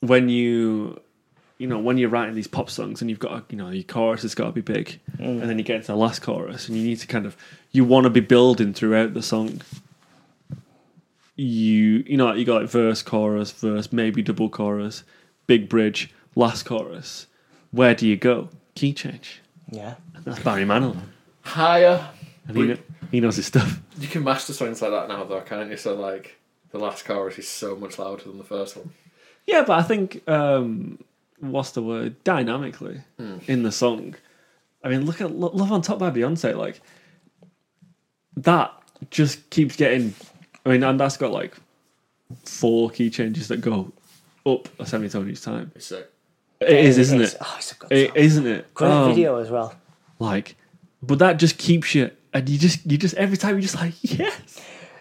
when you you know, when you're writing these pop songs and you've got, a, you know, your chorus has got to be big, and then you get into the last chorus and you need to kind of, you want to be building throughout the song. You, you know, you got like verse, chorus, verse, maybe double chorus, big bridge, last chorus. Where do you go? Key change. Yeah. That's Barry Manilow, Higher. and he, kn- he knows his stuff. You can master songs like that now, though, can't you? So like, the last chorus is so much louder than the first one. Yeah, but I think um, what's the word? Dynamically in the song. I mean, look at Lo- "Love on Top" by Beyonce. Like that just keeps getting. I mean, and that's got like four key changes that go up a semitone each time. It's sick. It is, isn't It's- it? Oh, it's a good It song. isn't it? Great Um, video as well. Like, but that just keeps you, and you just, you just every time you just like, *laughs* yes,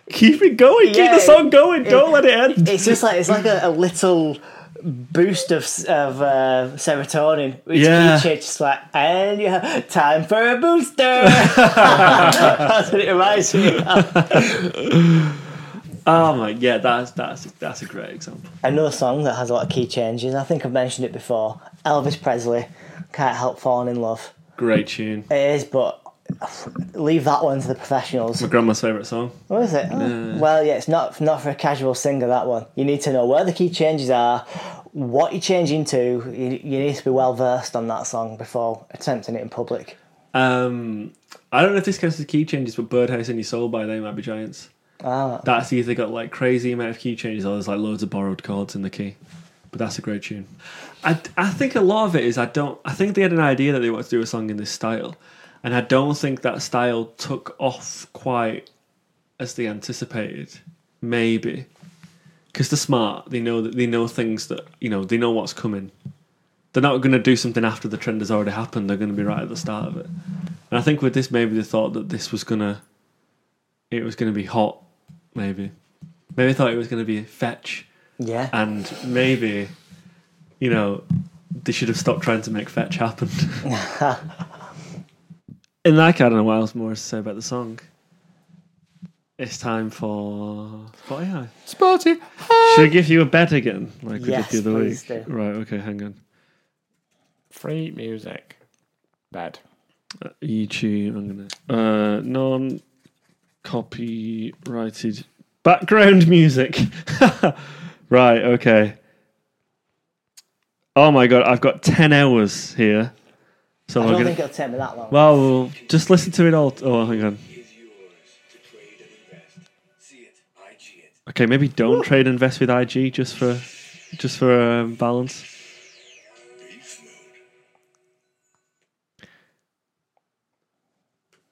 keep it going, keep Yeah, the song going, don't let it end. It's just like it's like a, a little boost of s- of uh, serotonin. Which Yeah. yeah. It's just like and you have time for a booster. That's what it reminds me. of. oh my, yeah, that's that's that's a great example. Another song that has a lot of key changes. I think I've mentioned it before. Elvis Presley can't help falling in love. Great tune. It is, but leave that one to the professionals. grandma's favourite song. What is it? Oh, Well, yeah, it's not not for a casual singer. That one. You need to know where the key changes are, what you're changing to. You, you need to be well versed on that song before attempting it in public. Um, I don't know if this counts as key changes, but Birdhouse in Your Soul by They Might Be Giants. Ah, That's either got like crazy amount of key changes or there's like loads of borrowed chords in the key. But that's a great tune. I, I think a lot of it is I don't. I think they had an idea that they wanted to do a song in this style, and I don't think that style took off quite as they anticipated. Maybe because they're smart. They know that they know things that you know. They know what's coming. They're not going to do something after the trend has already happened. They're going to be right at the start of it. And I think with this, maybe they thought that this was gonna, it was gonna be hot. Maybe, maybe they thought it was gonna be fetch, yeah. and maybe, you know, they should have stopped trying to make fetch *laughs* happen. In like, I don't know what else more to say about the song. It's time for Spotify. Sporty. Should I give you a bet again, like Yes, we did the other week? please do. Right. Okay. Hang on. Free music. Bad. YouTube. E I'm gonna uh, non copyrighted background music. *laughs* right. Okay. Oh my god! I've got ten hours here, so I I'm don't gonna. think it'll take me that long. well, we'll just listen to it all. Oh, hang on. is yours to trade and invest. See it, IG it. Okay, maybe don't trade and invest with IG just for just for um, balance. Beast mode.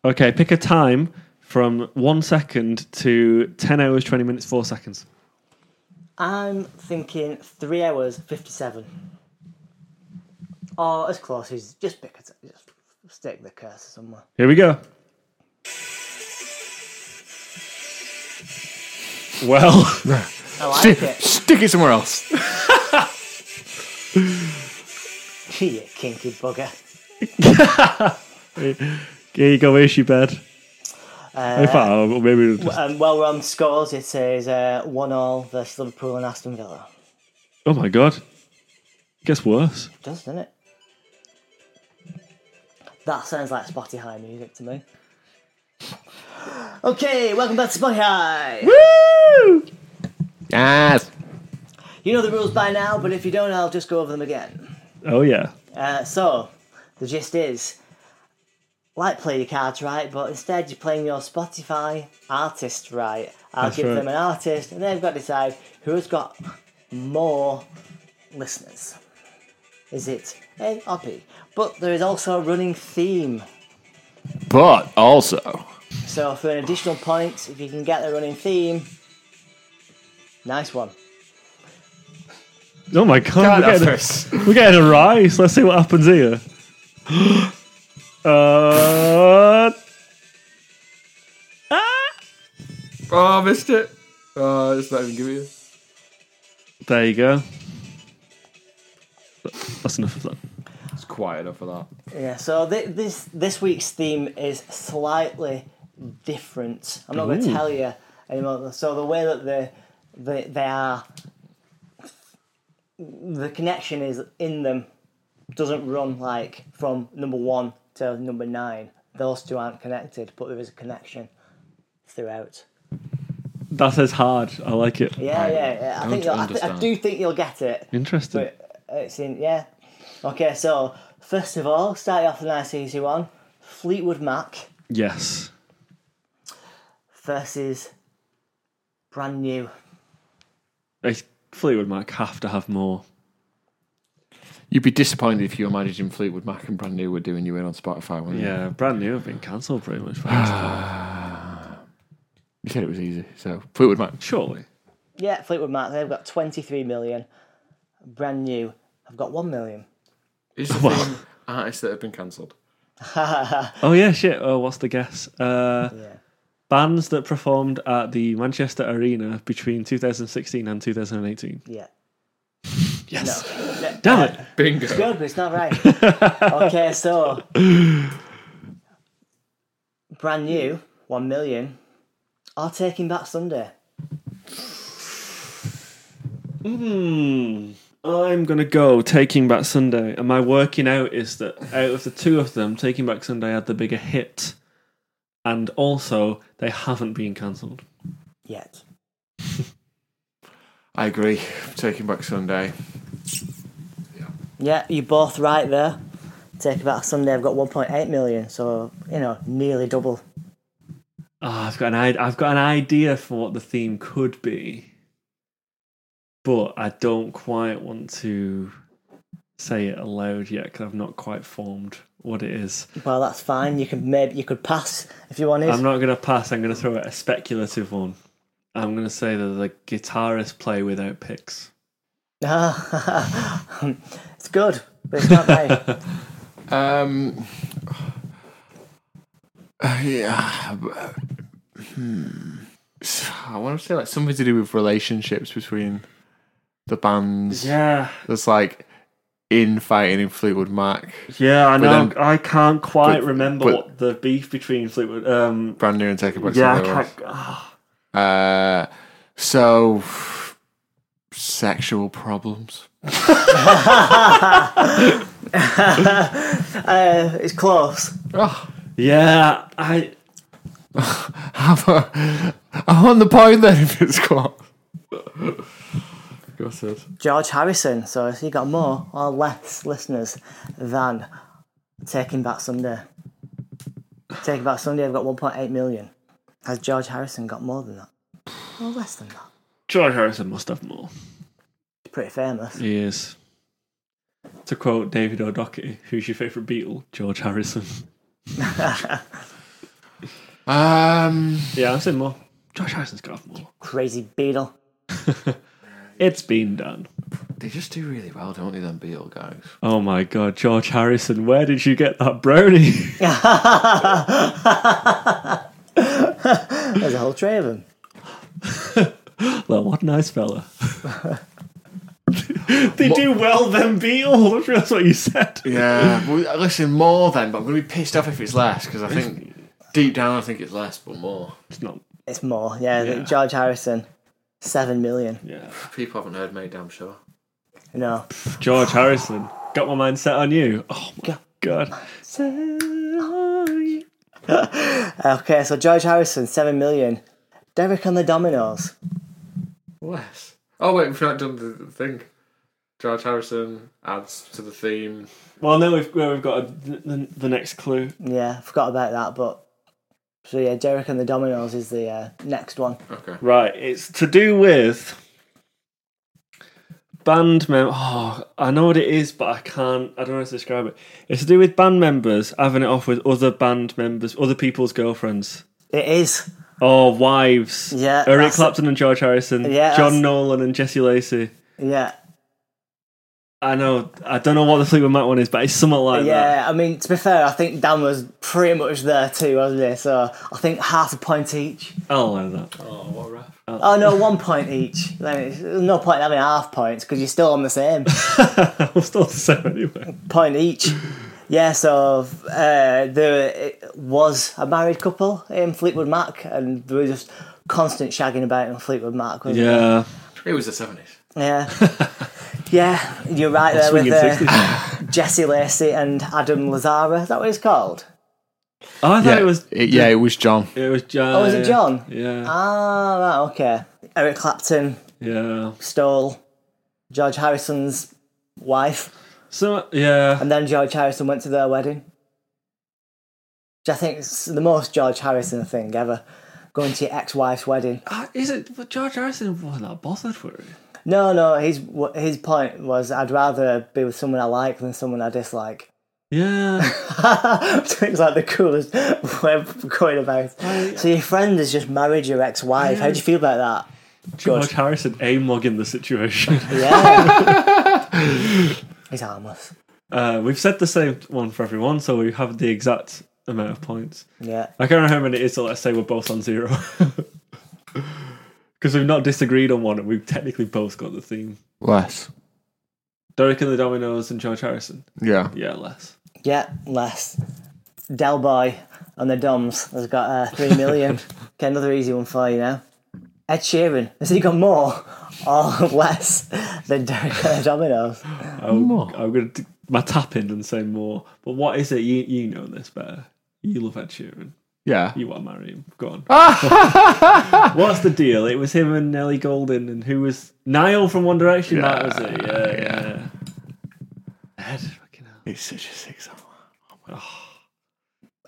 Okay, pick a time from one second to ten hours, twenty minutes, four seconds. I'm thinking three hours fifty-seven, or as close as just pick. A, just stick the cursor somewhere. Here we go. Well, I *laughs* like it. Stick it somewhere else. you kinky bugger. here you go, issue bed. Uh, In fact, oh, maybe we'll just- Um, well, we're on scores. It is uh, one all versus Liverpool and Aston Villa. oh my god, gets worse. It does, doesn't it? That sounds like Spotty High music to me. *laughs* Okay, welcome back to Spotty High. Woo! Yes. You know the rules by now, but if you don't, I'll just go over them again. Oh yeah, Uh, so, the gist is, like play your cards right, but instead you're playing your Spotify artist right. I'll That's give right. them an artist, and they've got to decide who's got more listeners. Is it A or B? But there is also a running theme. *laughs* But also. So for an additional point, if you can get the running theme, nice one. oh my god, God, we're, getting first. a, we're getting a rise. Let's see what happens here. uh, ah! Oh, I missed it. Oh, it's not even giving you. There you go. That's enough of that. It's quiet enough for that. Yeah. So thi- this this week's theme is slightly different. I'm not going to Ooh. tell you anymore. So the way that they they, they are, the connection is in them doesn't run like from number one to number nine. Those two aren't connected, but there is a connection throughout. That says hard. I like it. Yeah, I yeah, yeah. I don't think you'll, I, th- I understand. do think you'll get it. Interesting. But it's in yeah. Okay, so first of all, starting off with a nice easy one. Fleetwood Mac Yes. versus brand new. They- Fleetwood Mac have to have more. You'd be disappointed if you imagined Fleetwood Mac and Brand New were doing you in on Spotify, wouldn't you? Yeah, brand new have been cancelled pretty much. *sighs* for most part. You said it was easy, so Fleetwood Mac. Surely. Yeah, Fleetwood Mac. They've got twenty three million. Brand new. I've got one million. Is the thing artists that have been cancelled? Oh yeah, shit. Oh, what's the guess? Uh, Yeah. bands that performed at the Manchester Arena between 2016 and 2018. Yeah. Yes. Yeah, Damn uh, it. It's Bingo. good, but it's not right. *laughs* okay, so brand new, one million. Are taking back Sunday. Uh, Hmm. I'm gonna go Taking Back Sunday, and my working out is that out of the two of them, Taking Back Sunday had the bigger hit, and also they haven't been cancelled. Yet. I agree. Taking Back Sunday. Yeah, you're both right there. Take about Sunday, I've got 1.8 million, so, you know, nearly double. Ah, I've got an i- I've got an idea for what the theme could be, but I don't quite want to say it aloud yet because I've not quite formed what it is. Well, that's fine. You can maybe you could pass if you wanted. I'm not gonna pass. I'm gonna throw out a speculative one. I'm gonna say that the guitarists play without picks. *laughs* it's good, but it's not right. Um, *sighs* uh, yeah. but- Hmm. *sighs* I want to say like something to do with relationships between the bands. Yeah, That's like infighting in Fleetwood Mac, yeah. I know. But then- I can't quite but- remember but- what the beef between Fleetwood. Um, brand new and taking back. yeah, I Sunday can't. ah. was. Uh, so sexual problems. uh, it's close. *laughs* Oh, yeah, I. have a, uh, I'm on the point then if it's caught. Gutted. George Harrison, so if you got more or less listeners than Taking Back Sunday. Taking Back Sunday, I've got 1.8 million. Has George Harrison got more than that? Or less than that? George Harrison must have more. He's pretty famous. He is. To quote David O'Doherty, who's your favourite Beatle? George Harrison. Um. *laughs* Yeah, I'm saying more. George Harrison's got more. Crazy *laughs* Beatle. It's been done. They just do really well, don't they, them Beatle guys? Oh my god, George Harrison, where did you get that brownie? *laughs* There's a whole tray of them. well, what a nice fella. *laughs* they do well, them Beatles. That's what you said. *laughs* Yeah. well, listen, more then, but I'm going to be pissed off if it's less, because I think deep down I think it's less, but more. It's not. It's more, yeah. Yeah. George Harrison, 7 million. Yeah. People haven't heard me, damn sure. No. George Harrison, got my mind set on you. Oh my god. Okay, so George Harrison, 7 million. Derek and the Dominoes. Less. Oh, wait, we've not done the the thing. George Harrison adds to the theme. Well, now we've, we've got a, the, the next clue. Yeah, forgot about that, but. So yeah, Derek and the Dominoes is the uh, next one. Okay. Right, it's to do with band mem. Oh, I know what it is, but I can't. I don't know how to describe it. It's to do with band members having it off with other band members, other people's girlfriends It is. or Oh, wives. Yeah, Eric that's- Clapton and George Harrison. Yeah, John that's- Nolan and Jesse Lacey. Yeah. I know. I don't know what the Fleetwood Mac one is, but it's something like that. Yeah, I mean, to be fair, I think Dan was pretty much there too, wasn't he? So I think half a point each. I'll allow that. *laughs* Oh, what a ref. Oh no, one point each. Then it's, there's no point having half points because you're still on the same I'll still say anyway. point each. Yeah, so uh, there it was a married couple in Fleetwood Mac, and they were just constant shagging about in Fleetwood Mac. Wasn't there? Yeah, It was the 70s. *laughs* yeah, yeah. You're right there with swinging uh, *laughs* sixties. Jesse Lacey and Adam Lazara. Is that what it's called? Oh, I thought Yeah, it was. it- yeah, it was John. It was John. Oh, is it yeah. John? Yeah. Ah, right, okay. Eric Clapton Yeah. stole George Harrison's wife, So, yeah. and then George Harrison went to their wedding. Which I think is the most George Harrison thing ever. Going to your ex-wife's wedding. Ah, Is it. But George Harrison wasn't that bothered for it. No, no. His his point was, I'd rather be with someone I like than someone I dislike. *laughs* Yeah. It's like the coolest *laughs* way of going about. it. So your friend has just married your ex-wife. How do you feel about George Harrison a mugging the situation. *laughs* that? Yeah, he's harmless. uh, we've said the same one for everyone, so we have the exact amount of points. Yeah, I can't remember how many it is, so let's say we're both on zero. *laughs* Because we've not disagreed on one, and we've technically both got the theme. Less. Derek and the Dominoes and George Harrison. Yeah. Yeah, less. yeah, less. Del Boy and the Doms has got uh, three *laughs* million. Get another easy one for you now. Ed Sheeran has he got more or *laughs* less than Derek and the Dominoes? I'm, I'm going to my tap in and say more. But what is it? You you know this better. You love Ed Sheeran. Yeah. You want to marry him. *laughs* Go on. What's the deal? It was him and Nelly Golden, and who was Niall from One Direction? that was it. Yeah, yeah. Ed, fucking hell. He's such a six hour.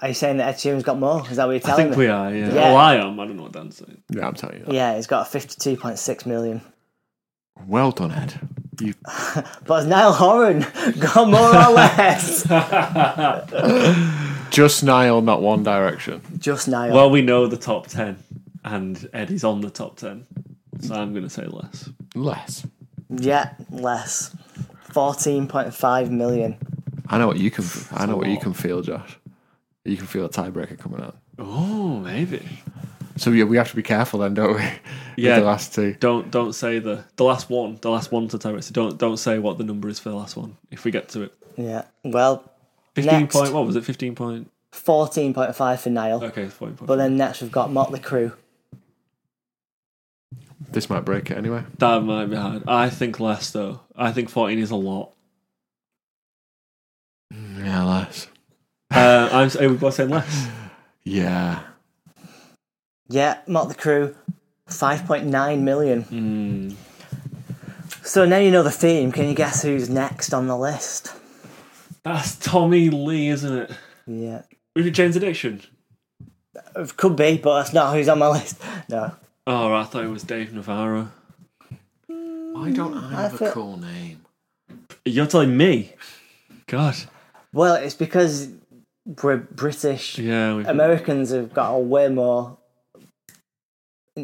Are you saying that Ed Sheeran's got more? Is that what you're I telling think me? we are. Yeah. Yeah. Oh, I am. I don't know what Dan's saying. Yeah, I'm telling you. That. Yeah, he's got fifty-two point six million. Well done, Ed. You But has Niall Horan *laughs* got more or less? *laughs* just Nile, not One Direction. Just Niall. Well, we know the top ten, and Eddie's on the top ten, so I'm going to say less. Less. yeah, less. 14.5 million. I know what you can. I know what you can feel, Josh. You can feel a tiebreaker coming on. Oh, maybe. So yeah, we have to be careful then, don't we? *laughs* With Yeah. the last two. Don't don't say the the last one. The last one to time. So don't don't say what the number is for the last one if we get to it. Yeah. Well, Fifteen Next. point. What was it? Fifteen point. 14.5 for Niall. Okay, it's 14 point. But then next we've got Motley Crue. This might break it anyway. That might be hard. I think less though. I think fourteen is a lot. Yeah, less. Uh, I'm s- we've got to say less. *laughs* Yeah. Yeah, Motley Crue. 5.9 million. Hmm. So now you know the theme. Can you guess who's next on the list? That's Tommy Lee, isn't it? Yeah. Was it Jane's Addiction? It could be, but that's not who's on my list. No. Oh, I thought it was Dave Navarro. Why don't I have a feel- cool name? You're telling me? God. Well, it's because we're British. Yeah. We've, Americans have got a way more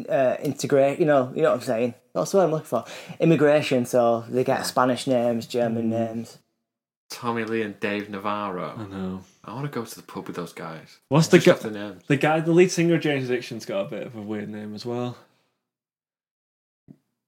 uh, integrate. You know, you know what I'm saying. That's what I'm looking for. Immigration, so they get Spanish names, German Mm. names. Tommy Lee and Dave Navarro. I know. I want to go to the pub with those guys. What's the Just off guy? names. The guy, the lead singer of Jane's Addiction's got a bit of a weird name as well.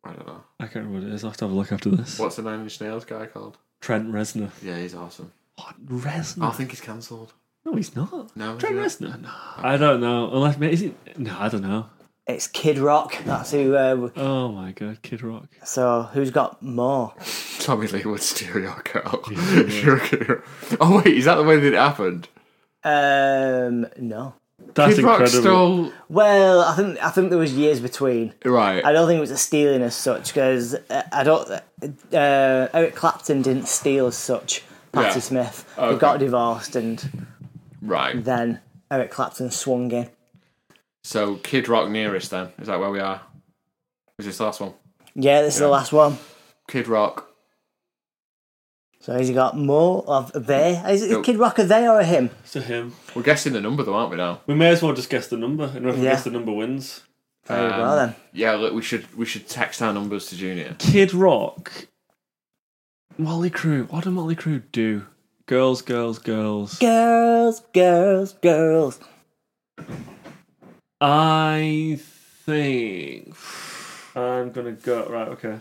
I don't know. I can't remember what it is. I'll have to have a look after this. What's the Nine Inch Nails guy called? Trent Reznor. Yeah, he's awesome. What? Reznor? I think he's cancelled. No, he's not. No, Trent he's Reznor. No, I don't know. Unless maybe is it? No, I don't know. It's Kid Rock. That's who. Uh, w- Oh my god, Kid Rock. so who's got more? Tommy Lee with Stereo Girl. *laughs* Sure. oh wait, is that the way that it happened? Um, no. That's Kid Rock incredible. stole. Well, I think I think there was years between. Right. I don't think it was a stealing as such because uh, I don't. Uh, Eric Clapton didn't steal as such. Patti Yeah. Smith. They Okay. got divorced, and Right. then Eric Clapton swung in. So Kid Rock nearest then. Is that where we are? Is this the last one? Yeah, this is the Yeah. last one. Kid Rock. So has he got more of they? Is it No. Kid Rock a they or a him? It's to him. We're guessing the number though, aren't we now? We may as well just guess the number, and whoever Yeah. guesses the number wins. There Um, you go then. Yeah, look, we should we should text our numbers to Junior. Kid Rock. Molly Crew. What did Molly Crew do? Girls, girls, girls. Girls, girls, girls. I think I'm gonna go right. Okay.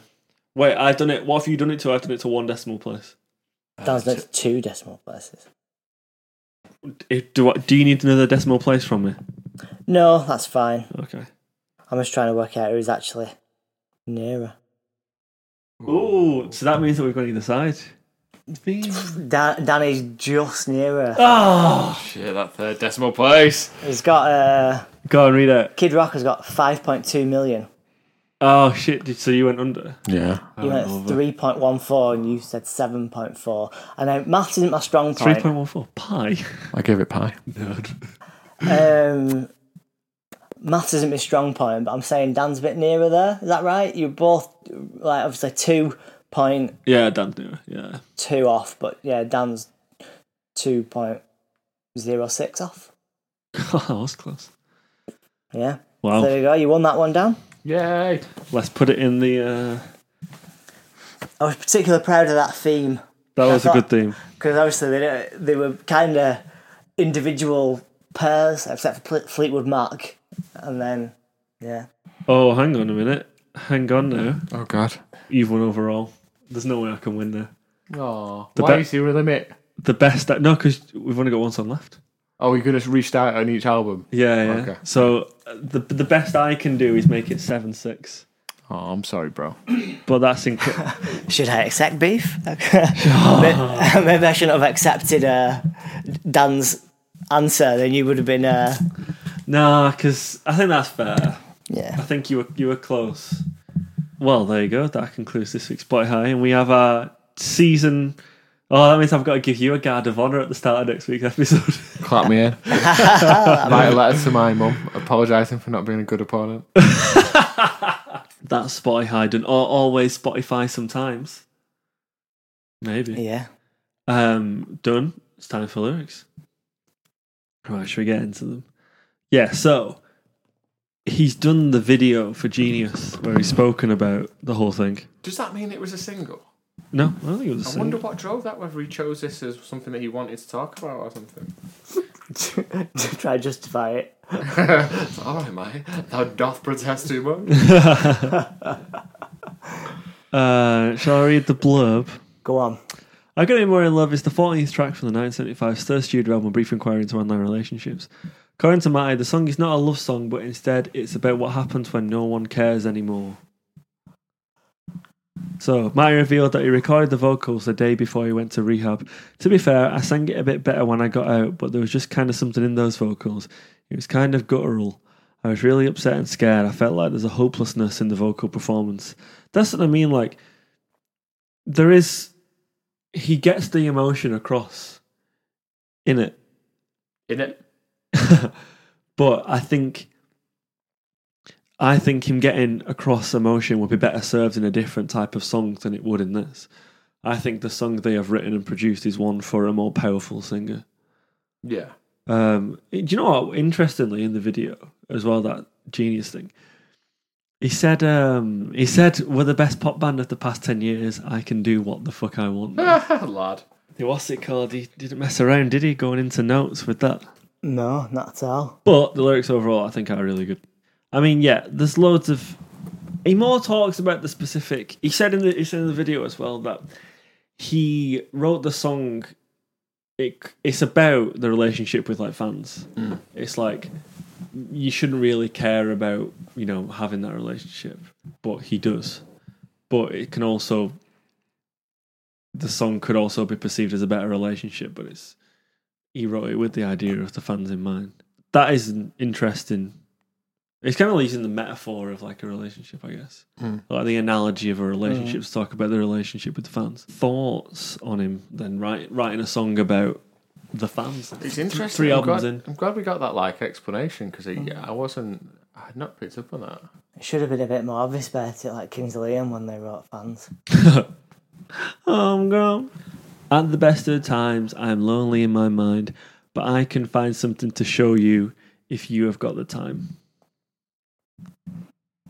Wait, I've done it. What have you done it to? I've done it to one decimal place. That's next two decimal places. If, do I, Do you need another decimal place from me? No, that's fine. Okay. I'm just trying to work out who's actually nearer. Ooh, so that means that we've gone either side. Dan, Danny's just near her. Ah! Shit, that third decimal place. He's got uh, Go on, read it. Kid Rock has got 5.2 million. Oh shit! did- So you went under. Yeah. You went 3.14 and you said 7.4. I know maths isn't my strong Three point. point one four pi. I gave it pie. Um, maths isn't my strong point, but I'm saying Dan's a bit nearer there. Is that right? You're both like obviously two point Yeah, Dan knew. Yeah, two off, but yeah, Dan's two point zero six off. *laughs* that was close. Yeah. Wow. There you go. You won that one, Dan. Yay. Let's put it in the. Uh, I was particularly proud of that theme that was a good theme. because obviously they don't- they were kind of individual pairs, except for Fle- Fleetwood Mac, and then yeah, Oh, hang on a minute. Hang on now. Oh, God. You've won overall. There's no way I can win there. Oh, The why be- is there a limit? The best. That, no, because we've only got one song left. Oh, you're going to restart on each album. Yeah, yeah. Okay. So uh, the the best I can do is make it seven six. Oh, I'm sorry, bro. But that's inc- should I accept beef? *laughs* May- *laughs* Maybe I shouldn't have accepted uh, Dan's answer. Then you would have been uh, nah, because I think that's fair. I yeah. think you were you were close. Well, there you go. That concludes this week's Boy High, and we have our season. Oh, that means I've got to give you a guard of honor at the start of next week's episode. *laughs* Clap me in. Write a letter to *laughs* my mum apologising for not being a good opponent. that's Spotify High done, or always Spotify sometimes. Maybe. Yeah. Um, done. It's time for lyrics. Right, should we get into them? Yeah, so he's done the video for Genius where he's spoken about the whole thing. Does that mean it was a single? No, I don't think it was a I single. wonder what drove that, whether he chose this as something that he wanted to talk about or *laughs* something. to try and justify it. All right, mate. Thou Oh, doth protest too much. Uh, shall I read the blurb? Go on. I Got Any More in Love is the 14th track from the 1975 Stir Studio album Brief Inquiry into Online Relationships. According to Matty, the song is not a love song, but instead it's about what happens when no one cares anymore. So, Matty revealed that he recorded the vocals the day before he went to rehab. To be fair, I sang it a bit better when I got out, but there was just kind of something in those vocals. It was kind of guttural. I was really upset and scared. I felt like there's a hopelessness in the vocal performance. That's what I mean, like, there is he gets the emotion across in it. In it? But I think I think him getting across emotion would be better served in a different type of song than it would in this. I think the song they have written and produced is one for a more powerful singer. Yeah. Um, do you know what? Interestingly, in the video as well, that genius thing. He said, um, "He said we're the best pop band of the past ten years. I can do what the fuck I want." *laughs* now." *laughs* Lad. what's it called? He didn't mess around, did he? Going into notes with that. No, not at all. But the lyrics overall, I think, are really good. I mean, yeah, there's loads of. He more talks about the specific. He said in the he said in the video as well that he wrote the song. It, it's about the relationship with like fans. It's like you shouldn't really care about you know having that relationship, but he does. But it can also the song could also be perceived as a better relationship, but it's he wrote it with the idea of the fans in mind that is an interesting. It's kind of using the metaphor of like a relationship, I guess, Hmm. like the analogy of a relationship to talk about the relationship with the fans. Thoughts on him then write, writing a song about the fans. It's interesting. Three I'm albums glad, in. I'm glad we got that like explanation because I wasn't. I had not picked up on that. It should have been a bit more obvious about it, like Kings of Leon when they wrote fans. *laughs* I'm gone. Um, At the best of the times, I am lonely in my mind, but I can find something to show you if you have got the time.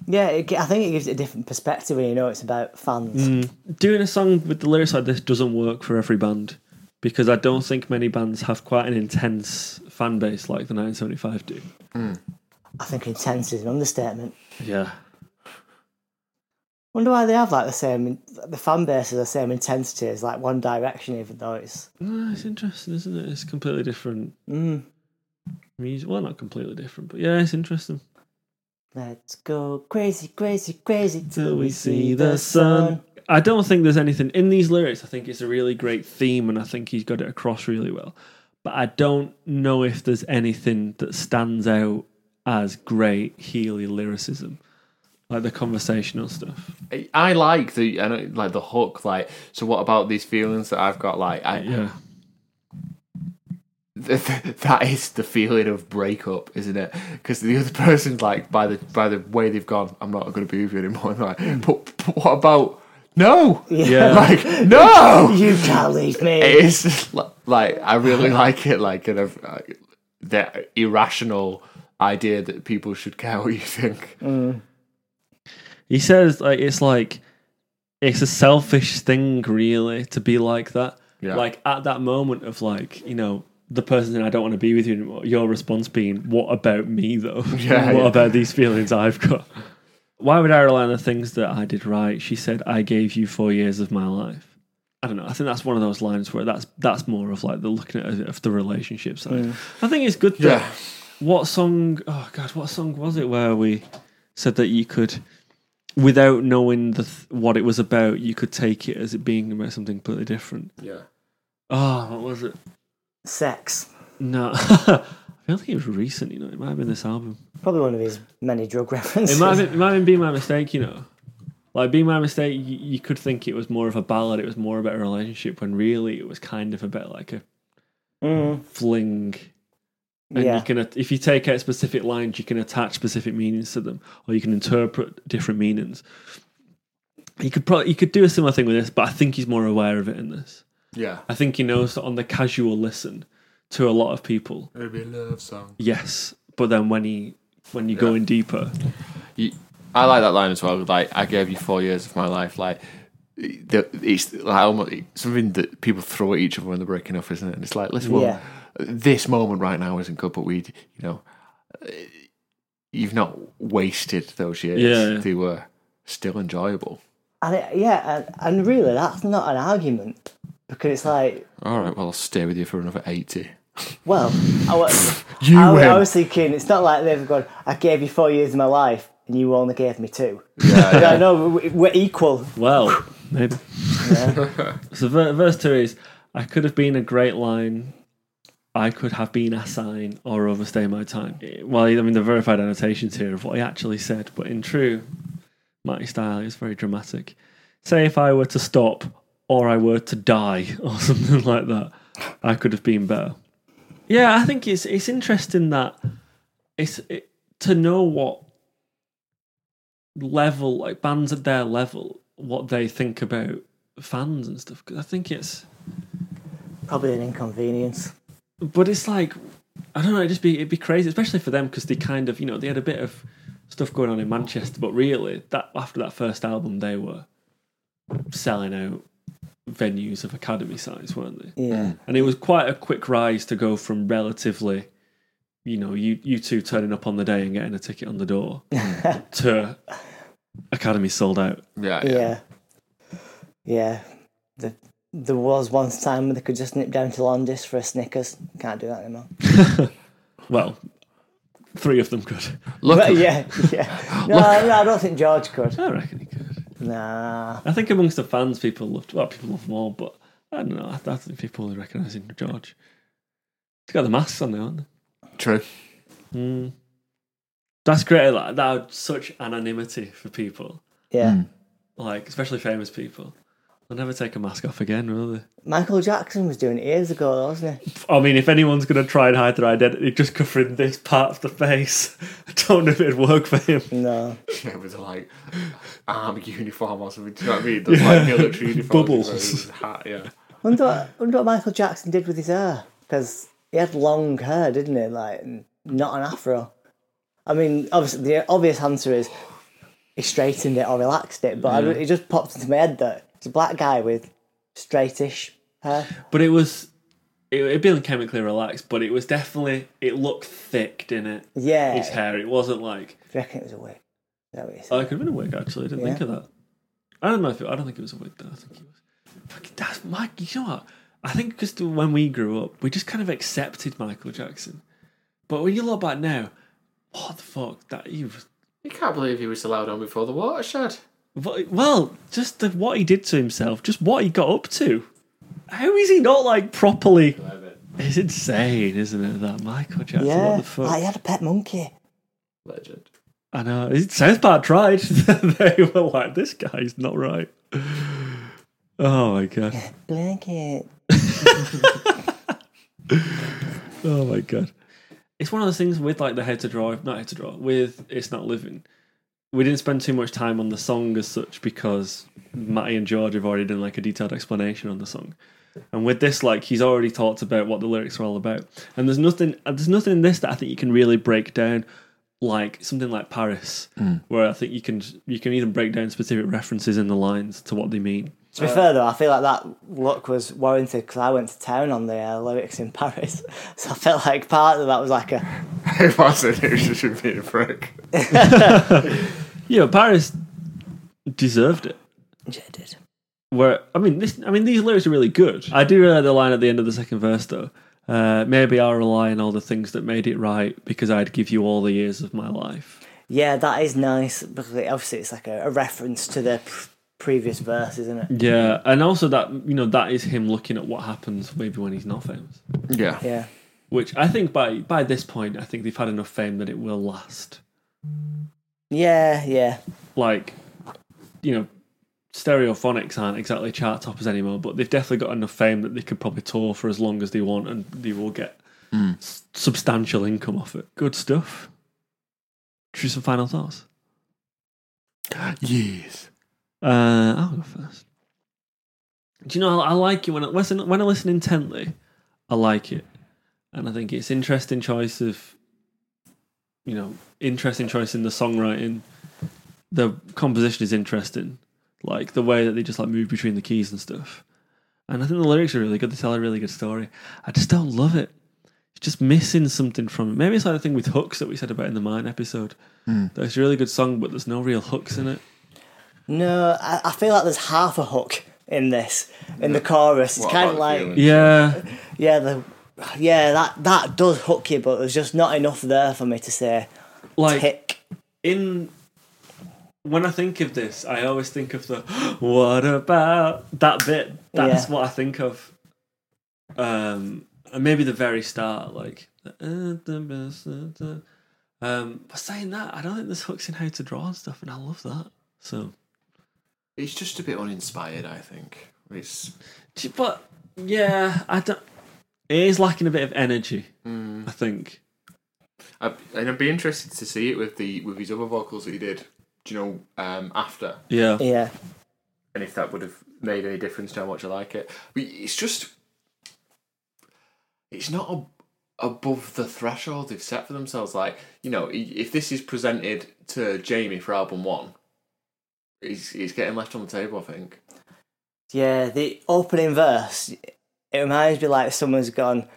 Yeah, it, gi- I think it gives it a different perspective when you know it's about fans. Doing a song with the lyrics like this doesn't work for every band because I don't think many bands have quite an intense fan base like the 1975 do. I think intense is an understatement. Yeah. Wonder why they have like the same the fan base has the same intensity as like One Direction, even though it's No, Ah, it's interesting, isn't it? It's completely different mm, music. Well, not completely different, but yeah, it's interesting. let's go crazy, crazy, crazy Till we see the sun. I don't think there's anything in these lyrics. I think it's a really great theme, and I think he's got it across really well. But I don't know if there's anything that stands out as great Healy lyricism, like the conversational stuff. I- I like the I know, like the hook. Like, so what about these feelings that I've got? Like, I, Yeah, *laughs* th- th- that is the feeling of breakup, isn't it? Because the other *laughs* person's like, by the by the way they've gone, I'm not going to be with you anymore. *laughs* And like, but, but what about no? Yeah. *laughs* like *laughs* no. You can't leave *laughs* me. It's just li- like I really *laughs* like it. Like, kind of uh, that irrational idea that people should care what you think. Mm. he says like it's like it's a selfish thing, really, to be like that. Yeah. Like at that moment of like you know the person saying I don't want to be with you anymore. Your response being, "What about me though? *laughs* Yeah, what yeah. about these feelings I've got?" Why would I rely on the things that I did right? She said, "I gave you four years of my life." I don't know. I think that's one of those lines where that's that's more of like the looking at it of the relationship side. I think it's good that Yeah. what song oh god what song was it where we said that you could without knowing the th- what it was about you could take it as it being about something completely different Yeah. oh what was it Sex. no *laughs* i feel like it was recent you know it might have been this album Probably one of his many drug *laughs* references. it might have been, it might have been my mistake you know like being my mistake you, you could think it was more of a ballad it was more about a relationship when really it was kind of about like a Mm, fling and yeah. you can at- if you take out specific lines you can attach specific meanings to them or you can interpret different meanings you could probably you could do a similar thing with this but i think he's more aware of it in this Yeah. i think he knows that on the casual listen to a lot of people It'd be a love song. yes but then when he when you go in deeper You, I like that line as well. Like, I gave you four years of my life. Like, the, it's like almost something that people throw at each other when they're breaking up, isn't it? And it's like, listen, well, Yeah. this moment right now isn't good, but we, you know, uh, you've not wasted those years. Yeah, yeah. They were still enjoyable. And it, yeah, and, and really, that's not an argument because it's like, All right, well, I'll stay with you for another eighty. well, I, wa- *laughs* You I, win. I was thinking it's not like they've gone. I gave you four years of my life, and you only gave me two. *laughs* yeah, I know we- we're equal. well maybe so ver- verse 2 is i could have been a great line I could have been a sign or overstay my time. Well, I mean, the verified annotations here of what he actually said, but in true Matty style, it's very dramatic. Say if I were to stop or I were to die *laughs* or something like that, I could have been better. Yeah, I think it's it's interesting that it's it, to know what level like bands at their level what they think about fans and stuff. 'Cause I think it's Probably an inconvenience. but it's like I don't know. It'd just be it'd be crazy, especially for them because they kind of you know they had a bit of stuff going on in Manchester, but really that after that first album they were selling out venues of academy size, weren't they? Yeah. And it was quite a quick rise to go from relatively, you know, you you two turning up on the day and getting a ticket on the door to academy sold out. yeah, yeah. Yeah. Yeah. The, there was once time when they could just nip down to Londis for a Snickers. Can't do that anymore. Well, three of them could. But Look, yeah, yeah. No, no, I don't think George could. I reckon he could. Nah. I think amongst the fans, people loved. Well, people love them all, but I don't know. I, I think people are recognising George. He's got the masks on now, aren't they? true. *laughs* That's great. Like that, such anonymity for people, Yeah. like especially famous people. They'll never take a mask off again, will they? Michael Jackson was doing it years ago, though, wasn't he? I mean, if anyone's going to try and hide their identity, just covering this part of the face. *laughs* I don't know if it'd work for him. No. It was like army uniform or something. Do you know what I mean? Those like military *laughs* uniform. Bubbles. Hat, yeah. Wonder what, wonder what Michael Jackson did with his hair. Because he had long hair, didn't he? Like, not an afro. I mean, obviously, the obvious answer is he straightened it or relaxed it, but I, it just popped into my head that it's a black guy with straightish hair. But it was, it, it being chemically relaxed, but it was definitely it looked thick, didn't it? Yeah. His hair. It wasn't like Do you reckon it was a wig? Is that what you said? Oh, it could have been a wig actually. I didn't Yeah. think of that. I don't know if it, I don't think it was a wig though. I think it was. Fucking that's Mike. You know what? I think because when we grew up, we just kind of accepted Michael Jackson. But when you look back now, what the fuck? That he was. You can't believe he was allowed on before the watershed. But- Well, just the, what he did to himself, just what he got up to. How is he not like properly? It's insane, isn't it? That Michael Jackson, yeah, what the fuck? like he had a pet monkey. *laughs* Legend. I know. It- South Park tried. *laughs* they were like, "This guy's not right." Oh my god! Blanket. Oh my god! It's one of those things with like the head to draw, not head to draw. With it's not living. We didn't spend too much time on the song as such because Matty and George have already done like a detailed explanation on the song. And with this, like he's already talked about what the lyrics are all about. And there's nothing, there's nothing in this that I think you can really break down, like something like Paris, where I think you can you can even break down specific references in the lines to what they mean. To be fair though, I feel like that look was warranted because I went to town on the uh, lyrics in Paris, *laughs* so I felt like part of that was like a If I said it, you should be a prick. Yeah, but Paris deserved it. yeah, it did. Where I mean, this I mean these lyrics are really good. I do really like the line at the end of the second verse though. Uh, maybe I'll rely on all the things that made it right because I'd give you all the years of my life. Yeah, that is nice because it- obviously it's like a, a reference to the pr- previous verse, isn't Mm. it? Yeah, and also that you know that is him looking at what happens maybe when he's not famous. Yeah. Yeah. Which I think by by this point I think they've had enough fame that it will last. Yeah, yeah. Like, you know, Stereophonics aren't exactly chart toppers anymore, but they've definitely got enough fame that they could probably tour for as long as they want, and they will get s- substantial income off it. Good stuff. Should we some final thoughts? Yes. Uh, I'll go first. Do you know I, I like it when I listen when I listen intently. I like it, and I think it's interesting choice of, you know, interesting choice in the songwriting. The composition is interesting, like the way that they just like move between the keys and stuff. And I think the lyrics are really good. They tell a really good story. I just don't love it. It's just missing something from it. Maybe it's like the thing with hooks that we said about in the mine episode. That it's a really good song, but there's no real hooks in it. No, I, I feel like there's half a hook in this in the chorus. It's What kind about of the like feeling? Yeah. yeah, the yeah that that does hook you, but there's just not enough there for me to say like tick. in when I think of this, I always think of the *gasps* what about that bit. That's Yeah. what I think of. Um, and maybe the very start, like um, but saying that, I don't think there's hooks in how to draw and stuff, and I love that. So, It's just a bit uninspired, I think. It's do you- but yeah, I Mm. don't. It is lacking a bit of energy, I think. I'd, and I'd be interested to see it with the with his other vocals that he did. Do you know um, after Yeah, Yeah, and if that would have made any difference to how much I like it? But it's just it's not ab above the threshold they've set for themselves. Like you know, i- if this is presented to Jamie for album one, he's he's getting left on the table. I think. yeah. The opening verse it reminds me like someone's gone.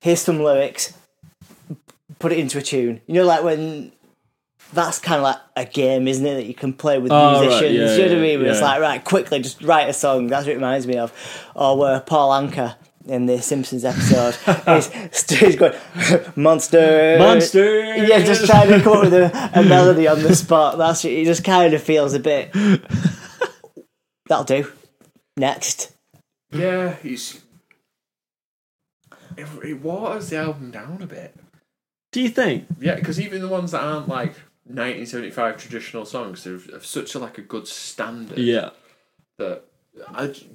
Here's some lyrics. Put it into a tune. You know, like when. That's kind of like a game, isn't it? That you can play with Oh, right, musicians. yeah, you know what I yeah, mean? Where It's yeah. like, right, quickly, just write a song. That's what it reminds me of. Or where Paul Anka in the *laughs* Simpsons episode is he's going, Monster. monster. Yeah, *laughs* just trying to come up with a, a melody on the spot. That's it. Just kind of feels a bit. That'll do. Next. Yeah, he's. It, it waters the album down a bit. Do you think? Yeah, because even the ones that aren't like 1975 traditional songs, they're of such a, like a good standard. Yeah. That I. j-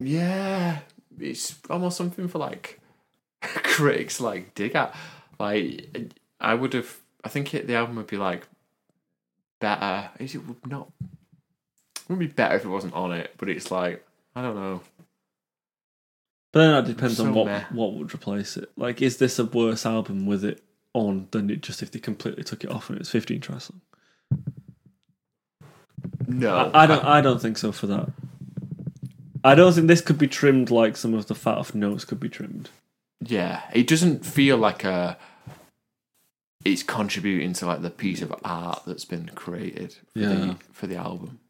Yeah, it's almost something for like *laughs* critics to, like dig at. Like I would have, I think it, the album would be like better. Is it would not? It would be better if it wasn't on it, but it's like I don't know. But then that depends on So what meh. what would replace it. Like, is this a worse album with it on than it just if they completely took it off and it's fifteen tracks long? No, I don't. I don't think so for that. I don't think this could be trimmed like some of the fat off notes could be trimmed. Yeah, it doesn't feel like a. It's contributing to like the piece of art that's been created for, Yeah. the, for the album,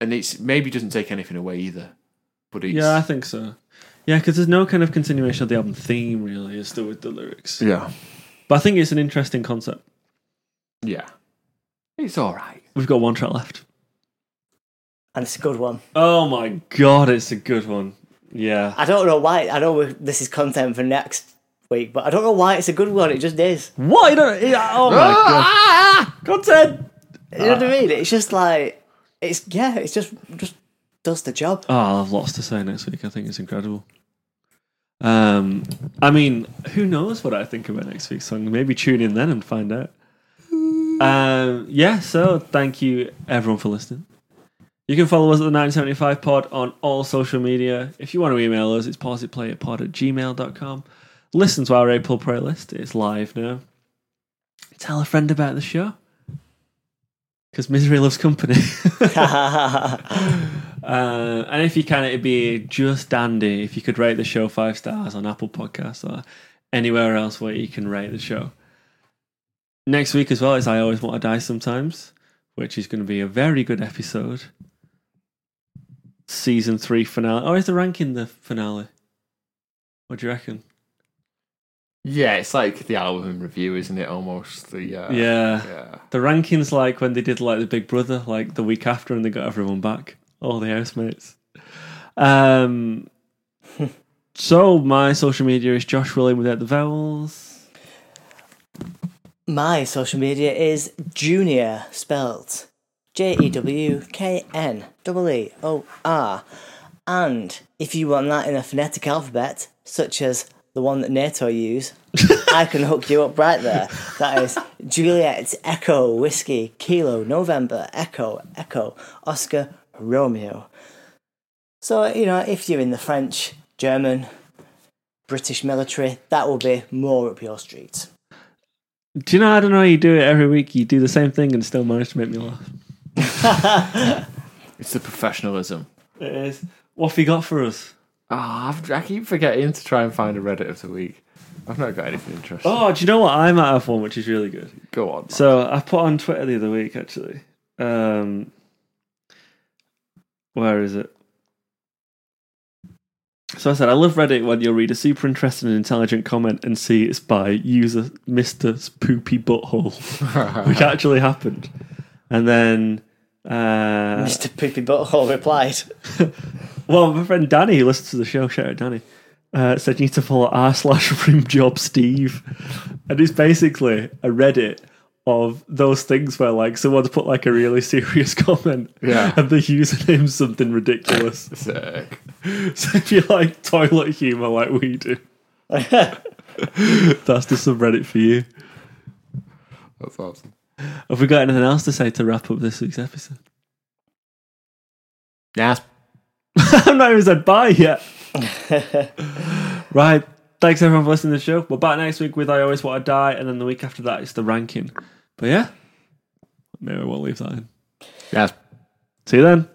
and it's maybe doesn't take anything away either. But it's Yeah, I think so. Yeah, because there's no kind of continuation of the album theme really, as to with the lyrics. yeah, But I think it's an interesting concept. yeah. It's all right. We've got one track left. and it's a good one. Oh my god, it's a good one. Yeah. I don't know why. I know we this is content for next week, but I don't know why it's a good one. It just is. What? You don't, yeah, oh my god. Ah! Content! You know what I mean? It's just like it's yeah. It's just just does the job. Oh, I'll have lots to say next week. I think it's incredible. Um, I mean, who knows what I think about next week's song? Maybe tune in then and find out. Um, yeah, so thank you everyone for listening. You can follow us at the 975 pod on all social media. If you want to email us, it's positplayerpod at gmail.com. Listen to our April playlist, it's live now. Tell a friend about the show because misery loves company. *laughs* *laughs* Uh, and if you can, it'd be just dandy if you could rate the show five stars on Apple Podcasts or anywhere else where you can rate the show. Next week as well is I Always Want to Die Sometimes, which is going to be a very good episode. Season three finale. Or is the ranking the finale? What do you reckon? Yeah, it's like the album review, isn't it? Almost the uh, yeah. yeah. The ranking's like when they did like the Big Brother, like the week after, and they got everyone back, all the housemates. *laughs* Um, so my social media is Josh William without the vowels. My social media is Junior, spelt J E W K N E E O R. And if you want that in a phonetic alphabet, such as the one that NATO use, I can hook you up right there. That is Juliet, Echo, Whiskey, Kilo, November, Echo, Echo, Oscar, Romeo. So, you know, if you're in the French, German, British military, that will be more up your street. Do you know? I don't know. how You do it every week. You do the same thing and still manage to make me laugh. It's the professionalism. It is. What have you got for us? Ah, I've I keep forgetting to try and find a Reddit of the week. I've not got anything interesting. Oh, do you know what? I might have one which is really good. Go on. So I put on Twitter the other week actually. Um, where is it? So I said, I love Reddit when you'll read a super interesting and intelligent comment and see it's by user Mr. Poopy Butthole, which actually happened. And then, uh, Mr. Poopy Butthole replied. well, my friend Danny, who listens to the show, shout out Danny, uh, said you need to follow r slash rimjob Steve. And it's basically a Reddit of those things where like someone's put like a really serious *laughs* comment Yeah. and the username's something ridiculous. *laughs* Sick. so if you like toilet humour like we *laughs* do, that's the subreddit for you. That's awesome. Have we got anything else to say to wrap up this week's episode? Yeah. I've not even said bye yet. right. Thanks everyone for listening to the show. We're back next week with I Always Want to Die, and then the week after that is the ranking. But yeah, maybe I won't leave that in. Yeah. See you then.